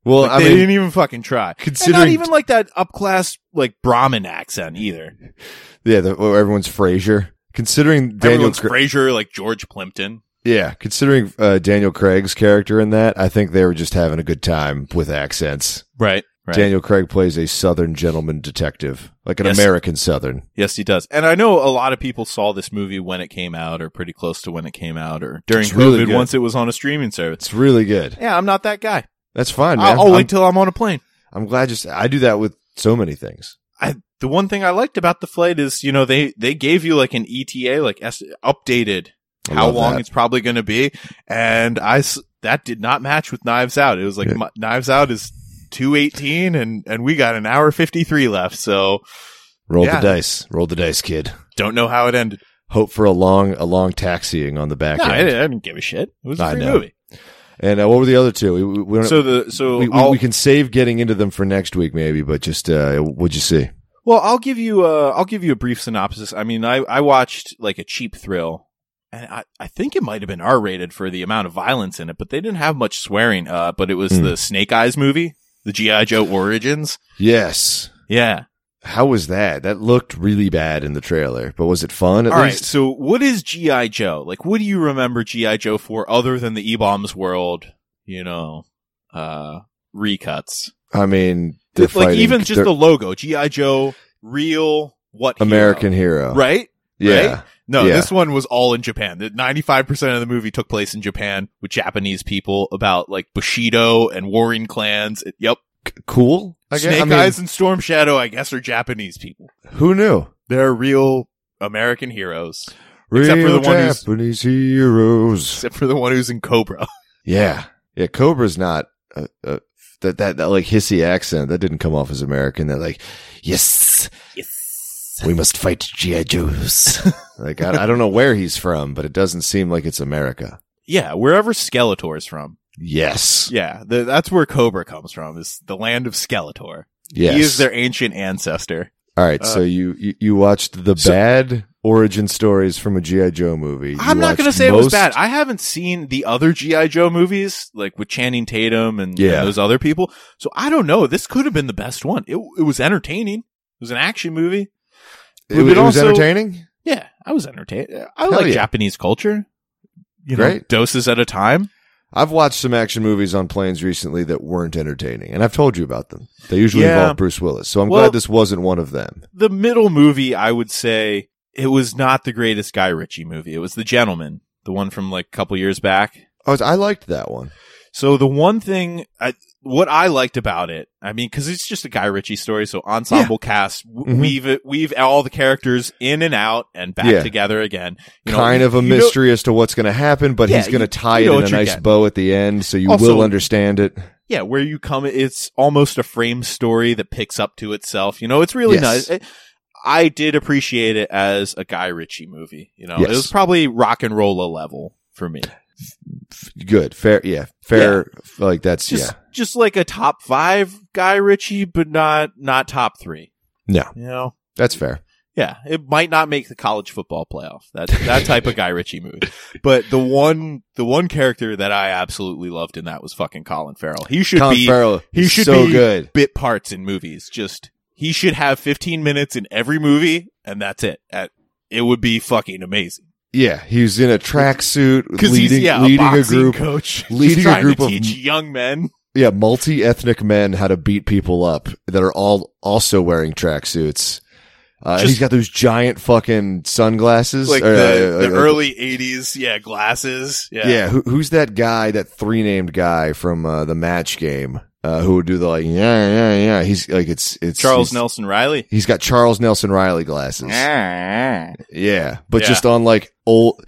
Speaker 2: Well,
Speaker 1: Like,
Speaker 2: I
Speaker 1: they
Speaker 2: mean,
Speaker 1: didn't even fucking try. and
Speaker 2: considering-
Speaker 1: not even like that upclass like Brahmin accent either.
Speaker 2: yeah, the, or everyone's Frasier. Considering Daniel,
Speaker 1: Everyone's
Speaker 2: Cra-
Speaker 1: Frasier, like George Plimpton.
Speaker 2: yeah, considering uh, Daniel Craig's character in that, I think they were just having a good time with accents.
Speaker 1: Right. Right.
Speaker 2: Daniel Craig plays a Southern gentleman detective, like an
Speaker 1: Yes.
Speaker 2: American Southern.
Speaker 1: yes, he does. And I know a lot of people saw this movie when it came out, or pretty close to when it came out, or during
Speaker 2: It's
Speaker 1: COVID
Speaker 2: really good.
Speaker 1: once it was on a streaming service.
Speaker 2: It's really good.
Speaker 1: Yeah, I'm not that guy.
Speaker 2: That's fine, man.
Speaker 1: I'll, I'll
Speaker 2: I'm-
Speaker 1: wait till I'm on a plane.
Speaker 2: I'm glad just I do that with so many things.
Speaker 1: I, the one thing I liked about the flight is, you know, they they gave you like an ETA, like S- updated
Speaker 2: I
Speaker 1: how
Speaker 2: love
Speaker 1: long
Speaker 2: that.
Speaker 1: it's probably going to be. And I s- that did not match with Knives Out. It was like
Speaker 2: Yeah.
Speaker 1: my, Knives Out is two eighteen, and and we got an hour fifty three left. So
Speaker 2: roll
Speaker 1: yeah.
Speaker 2: the dice, roll the dice, kid.
Speaker 1: don't know how it ended.
Speaker 2: Hope for a long a long taxiing on the back
Speaker 1: No, I,
Speaker 2: end.
Speaker 1: didn't, I didn't give a shit. It was a
Speaker 2: I
Speaker 1: free
Speaker 2: know.
Speaker 1: movie.
Speaker 2: And uh, what were the other two? We, we, we don't,
Speaker 1: So the so
Speaker 2: we, we,
Speaker 1: I'll
Speaker 2: we can save getting into them for next week, maybe. But just uh, what'd you see?
Speaker 1: well I'll give you uh I'll give you a brief synopsis. I mean I I watched like a cheap thrill. And I, I think it might have been R rated for the amount of violence in it, but they didn't have much swearing. Uh, but it was
Speaker 2: Hmm.
Speaker 1: the Snake Eyes movie, the GI Joe Origins.
Speaker 2: Yes.
Speaker 1: Yeah,
Speaker 2: How was that? That looked really bad in the trailer, but was it fun at
Speaker 1: All right.
Speaker 2: least?
Speaker 1: So, what is GI Joe? Like, what do you remember GI Joe for other than the E bombs world? You know, uh, recuts.
Speaker 2: I mean, they're
Speaker 1: It's like
Speaker 2: fighting-
Speaker 1: even just
Speaker 2: they're-
Speaker 1: the logo, GI Joe, real what hero.
Speaker 2: American hero,
Speaker 1: right?
Speaker 2: Yeah,
Speaker 1: right? No,
Speaker 2: Yeah.
Speaker 1: this one was all in Japan. The ninety-five percent of the movie took place in Japan with Japanese people about like Bushido and warring clans. Yep,
Speaker 2: cool. I guess-
Speaker 1: Snake
Speaker 2: I mean,
Speaker 1: Eyes and Storm Shadow, I guess, are Japanese people.
Speaker 2: Who knew?
Speaker 1: They're real American heroes,
Speaker 2: Real
Speaker 1: Except for the one who's-
Speaker 2: Japanese heroes.
Speaker 1: except for the one who's in Cobra.
Speaker 2: Yeah, yeah. Cobra's not uh, uh, that that that like hissy accent that didn't come off as American. That like, yes,
Speaker 1: Yes.
Speaker 2: we must fight GI Joes. like I, I don't know where he's from, but it doesn't seem like it's America.
Speaker 1: Yeah, wherever Skeletor's from.
Speaker 2: Yes,
Speaker 1: Yeah, the, that's where Cobra comes from. Is the land of Skeletor.
Speaker 2: yes.
Speaker 1: He is their ancient ancestor.
Speaker 2: All right,
Speaker 1: uh,
Speaker 2: so you, you you watched the
Speaker 1: so-
Speaker 2: bad origin stories from a GI Joe movie. You
Speaker 1: I'm not going to
Speaker 2: watched
Speaker 1: say it was
Speaker 2: most-
Speaker 1: bad. I haven't seen the other GI Joe movies, like with Channing Tatum and,
Speaker 2: Yeah.
Speaker 1: and those other people. So I don't know. This could have been the best one. It, it was entertaining. It was an action movie.
Speaker 2: It, it
Speaker 1: But
Speaker 2: was
Speaker 1: also-
Speaker 2: entertaining.
Speaker 1: Yeah, I was entertained. I
Speaker 2: Hell
Speaker 1: like
Speaker 2: yeah.
Speaker 1: Japanese culture. You know,
Speaker 2: Great.
Speaker 1: doses at a time.
Speaker 2: I've watched some action movies on planes recently that weren't entertaining, and I've told you about them. They usually
Speaker 1: Yeah.
Speaker 2: involve Bruce Willis, so I'm
Speaker 1: Well-
Speaker 2: glad this wasn't one of them.
Speaker 1: the middle movie, I would say it was not the greatest Guy Ritchie movie. It was The Gentleman, the one from like a couple years back.
Speaker 2: I, was, I liked that one.
Speaker 1: So the one thing, I, what I liked about it, I mean, because it's just a Guy Ritchie story, so ensemble cast, w-
Speaker 2: Mhm.
Speaker 1: weave it, weave all the characters in and out and back
Speaker 2: Yeah.
Speaker 1: together again. You know,
Speaker 2: kind of a
Speaker 1: you know-
Speaker 2: mystery as to what's going to happen, but
Speaker 1: Yeah,
Speaker 2: he's going
Speaker 1: you-
Speaker 2: to tie
Speaker 1: you know
Speaker 2: it in
Speaker 1: what
Speaker 2: a
Speaker 1: you're
Speaker 2: nice
Speaker 1: getting.
Speaker 2: bow at the end, so you
Speaker 1: Also-
Speaker 2: will understand it.
Speaker 1: yeah, where you come, it's almost a frame story that picks up to itself. You know, it's really nice.
Speaker 2: Yes.
Speaker 1: I- I did appreciate it as a Guy Ritchie movie. You know,
Speaker 2: Yes.
Speaker 1: it was probably rock and roll level for me.
Speaker 2: F- Good, fair, yeah, fair. f- Like that's
Speaker 1: just
Speaker 2: yeah,
Speaker 1: just like a top five guy Ritchie, but not not top three.
Speaker 2: No.
Speaker 1: you know,
Speaker 2: that's fair.
Speaker 1: yeah, it might not make the college football playoff. That that type of guy Ritchie movie. But the one the one character that I absolutely loved in that was fucking Colin Farrell. He should
Speaker 2: Colin
Speaker 1: be
Speaker 2: Farrell,
Speaker 1: he should
Speaker 2: so
Speaker 1: be-
Speaker 2: good.
Speaker 1: bit parts in movies. Just he should have 15 minutes in every movie, and that's it. At, it would be fucking amazing
Speaker 2: Yeah, he's in a tracksuit,
Speaker 1: because
Speaker 2: leading
Speaker 1: he's yeah
Speaker 2: leading
Speaker 1: a,
Speaker 2: a
Speaker 1: boxing
Speaker 2: group.
Speaker 1: coach,
Speaker 2: leading a
Speaker 1: He's trying
Speaker 2: group
Speaker 1: to
Speaker 2: of-
Speaker 1: teach young men.
Speaker 2: yeah, multi ethnic men how to beat people up that are all also wearing tracksuits. Uh, and
Speaker 1: Just-
Speaker 2: he's got those giant fucking sunglasses.
Speaker 3: Like
Speaker 2: or,
Speaker 3: the,
Speaker 2: uh,
Speaker 3: the
Speaker 2: uh,
Speaker 3: early '80s, yeah, glasses.
Speaker 2: Yeah,
Speaker 3: Yeah,
Speaker 2: who, who's that guy? That three named guy from uh, the match game uh, who would do the like yeah yeah yeah. He's like it's it's
Speaker 1: Charles
Speaker 2: he's-
Speaker 1: Nelson Riley. Ah.
Speaker 2: He's got Charles Nelson Riley glasses. Yeah, but
Speaker 1: Yeah.
Speaker 2: just on like old,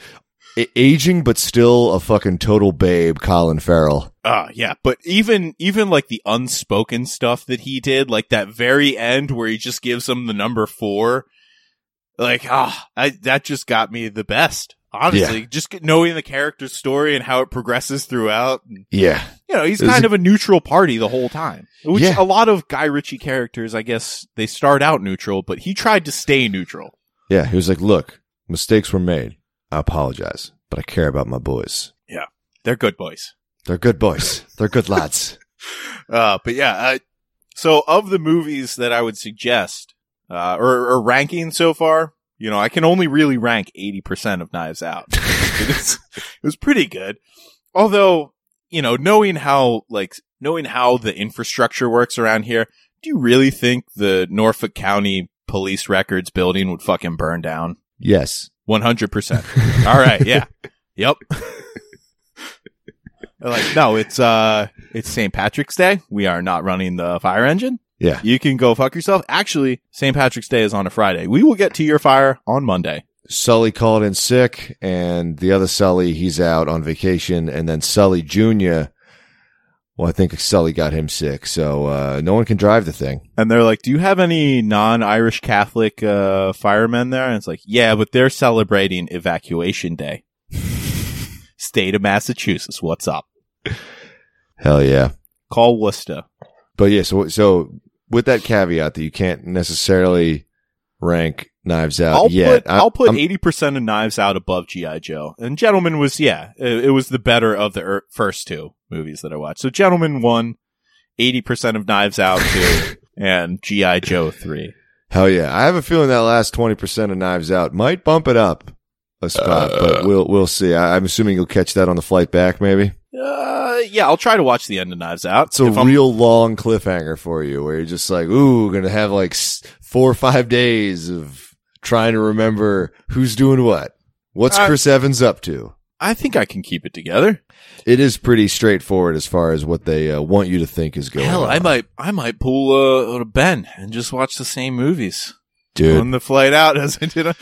Speaker 2: a- aging, but still a fucking total babe, Colin Farrell.
Speaker 1: Ah, yeah, but even even like the unspoken stuff that he did, like that very end where he just gives him the number four, like ah, I, that just got me the best. Honestly, just get- knowing the character's story and how it progresses throughout, and,
Speaker 2: Yeah,
Speaker 1: you know, he's
Speaker 2: It was
Speaker 1: kind
Speaker 2: a-
Speaker 1: of a neutral party the whole time. Which
Speaker 2: Yeah.
Speaker 1: a lot of Guy Ritchie characters, I guess, they start out neutral, but he tried to stay neutral.
Speaker 2: yeah. He was like, "Look, mistakes were made. I apologize, but I care about my boys.
Speaker 1: They're good boys.
Speaker 2: They're good boys. They're good lads."
Speaker 1: Uh, but yeah, I, so of the movies that I would suggest, uh, or, or ranking so far, you know, I can only really rank 80% of Knives Out. it, is, it was pretty good. Although, you know, knowing how, like, knowing how the infrastructure works around here, do you really think the Norfolk County Police Records building would fucking burn down?
Speaker 2: Yes.
Speaker 1: 100%. All right. Yeah. yep. like, no, it's, uh, it's St. Patrick's Day. We are not running the fire engine.
Speaker 2: Yeah.
Speaker 1: You can go fuck yourself. Actually, St. Patrick's Day is on a Friday. We will get to your fire on Monday.
Speaker 2: Sully called in sick, and the other Sully, he's out on vacation, and then Sully Junior. Well, I think Sully got him sick, so uh, no one can drive the thing.
Speaker 1: And they're like, do you have any non-Irish Catholic, uh, firemen there? And it's like, yeah, but they're celebrating evacuation day. State of Massachusetts. What's up?
Speaker 2: Hell yeah.
Speaker 1: Call Worcester.
Speaker 2: But yeah, so so with that caveat that you can't necessarily rank Knives Out
Speaker 1: I'll
Speaker 2: yet.
Speaker 1: put I'll put
Speaker 2: Uh, I'm-
Speaker 1: eighty percent of Knives Out above GI Joe, and Gentleman was yeah, it, it was the better of the er- first two movies that I watched. So Gentleman won eighty percent of Knives Out two, and GI Joe three.
Speaker 2: hell yeah, I have a feeling that last twenty percent of Knives Out might bump it up a spot, but we'll we'll see. I, I'm assuming you'll catch that on the flight back, maybe.
Speaker 1: Uh, yeah, I'll try to watch the end of Knives Out.
Speaker 2: It's a
Speaker 1: If I'm-
Speaker 2: real long cliffhanger for you, where you're just like, ooh, gonna have like s- four or five days of trying to remember who's doing what. What's
Speaker 1: I-
Speaker 2: Chris Evans up to?
Speaker 1: I think I can keep it together.
Speaker 2: It is pretty straightforward as far as what they uh, want you to think is going
Speaker 1: Hell,
Speaker 2: on.
Speaker 1: I might I might pull uh, a Ben and just watch the same movies
Speaker 2: Dude,
Speaker 1: on the flight out as I did. On-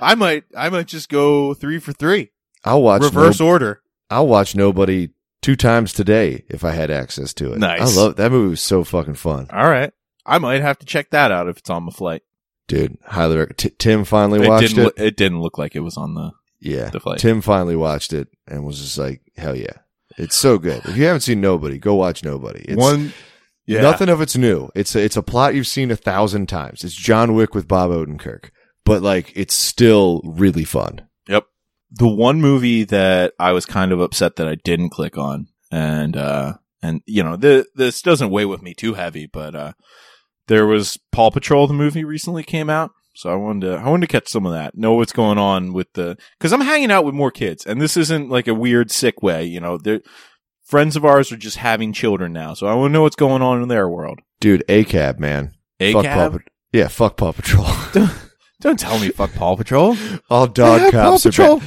Speaker 1: I might I might just go three for three,
Speaker 2: I'll watch
Speaker 1: reverse order.
Speaker 2: I'll watch Nobody two times today if I had access to it.
Speaker 1: Nice.
Speaker 2: I love that movie. Was so fucking fun,
Speaker 1: All right. I might have to check that out if it's on the flight.
Speaker 2: dude. Highly rec- T- Tim finally
Speaker 1: It
Speaker 2: watched
Speaker 1: didn't,
Speaker 2: it.
Speaker 1: loo- it didn't look like it was on the,
Speaker 2: yeah,
Speaker 1: the flight.
Speaker 2: Tim finally watched it and was just like, hell yeah, it's so good. If you haven't seen Nobody, go watch Nobody. It's,
Speaker 1: One, yeah.
Speaker 2: Nothing of it's new. It's a, it's a plot you've seen a thousand times. It's John Wick with Bob Odenkirk, but like it's still really fun.
Speaker 1: The one movie that I was kind of upset that I didn't click on, and uh, and you know, the this doesn't weigh with me too heavy, but uh, there was Paw Patrol. The movie recently came out, so I wanted to I wanted to catch some of that, know what's going on with the because I'm hanging out with more kids, and this isn't like a weird sick way, you know. They're, friends of ours are just having children now, so I want to know what's going on in their world.
Speaker 2: Dude, ACAB man, fuck Paw
Speaker 1: ACAB?
Speaker 2: Pat- yeah, fuck Paw Patrol.
Speaker 1: Don't tell me fuck Paw Patrol.
Speaker 2: All dog
Speaker 1: They have Paw
Speaker 2: cops are
Speaker 1: Patrol.
Speaker 2: ba-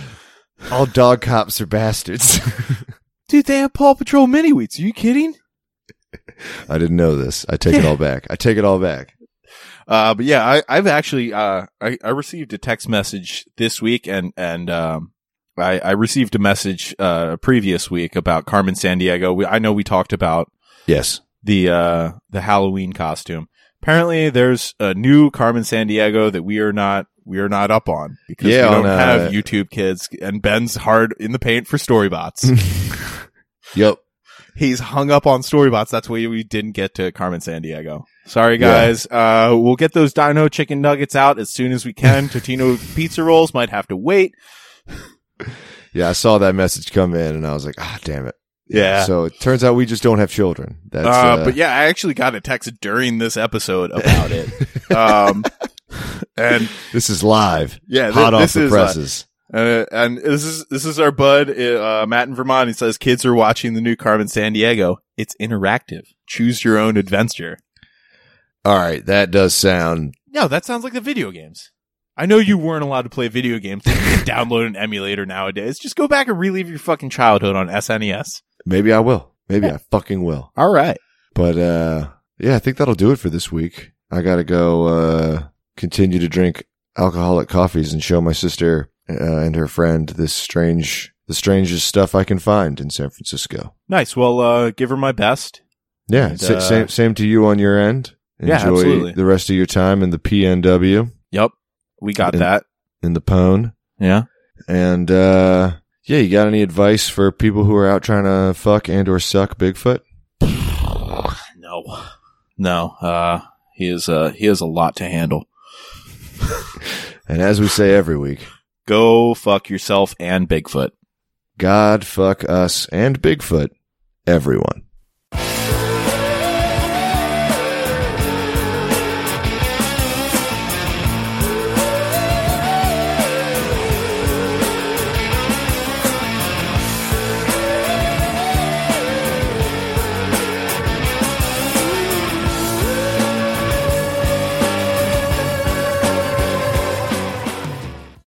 Speaker 2: all dog cops are bastards.
Speaker 1: Dude, they have Paw Patrol mini wheats. Are you kidding?
Speaker 2: I didn't know this. I take it all back. I take it all back.
Speaker 1: Uh, but yeah, I, I've actually, uh, I, I received a text message this week and, and, um, I, I received a message, uh, previous week about Carmen San Diego. We, I know we talked about
Speaker 2: Yes.
Speaker 1: the, uh, the Halloween costume. Apparently there's a new Carmen San Diego that we are not, we are not up on because
Speaker 2: Yeah,
Speaker 1: we
Speaker 2: on,
Speaker 1: don't have
Speaker 2: uh,
Speaker 1: YouTube kids and Ben's hard in the paint for storybots.
Speaker 2: Yep.
Speaker 1: he's hung up on storybots. That's why we didn't get to Carmen San Diego. Sorry
Speaker 2: Yeah.
Speaker 1: guys. Uh, we'll get those dino chicken nuggets out as soon as we can. Totino pizza rolls might have to wait.
Speaker 2: Yeah, I saw that message come in and I was like, ah, damn it.
Speaker 1: Yeah.
Speaker 2: So it turns out we just don't have children. That's
Speaker 1: uh,
Speaker 2: uh,
Speaker 1: but yeah, I actually got a text during this episode about it. um, and
Speaker 2: this is live.
Speaker 1: yeah, thi-
Speaker 2: hot off
Speaker 1: this
Speaker 2: the
Speaker 1: is, uh,
Speaker 2: presses.
Speaker 1: Uh, and this is this is our bud uh, Matt in Vermont. He says kids are watching the new Carmen San Diego. It's interactive. Choose your own adventure.
Speaker 2: All right, that does sound.
Speaker 1: No, that sounds like the video games. I know you weren't allowed to play video games. You can download an emulator nowadays. Just go back and relive your fucking childhood on E SNES.
Speaker 2: Maybe I will. Maybe I fucking will.
Speaker 1: All right.
Speaker 2: But uh, yeah, I think that'll do it for this week. I gotta go uh, continue to drink alcoholic coffees and show my sister uh, and her friend this strange, the strangest stuff I can find in San Francisco.
Speaker 1: Nice. Well, uh, give her my best.
Speaker 2: Yeah,
Speaker 1: And,
Speaker 2: sa-
Speaker 1: uh,
Speaker 2: same same to you on your end. Enjoy
Speaker 1: Yeah, absolutely.
Speaker 2: the rest of your time in the PNW
Speaker 1: Yep. We got
Speaker 2: And-
Speaker 1: that.
Speaker 2: in the Pone,
Speaker 1: Yeah.
Speaker 2: and uh, yeah, you got any advice for people who are out trying to fuck and or suck Bigfoot?
Speaker 1: No. No. Uh, he is, uh, he has a lot to handle.
Speaker 2: And as we say every week,
Speaker 1: Go fuck yourself and Bigfoot.
Speaker 2: God fuck us and Bigfoot, everyone.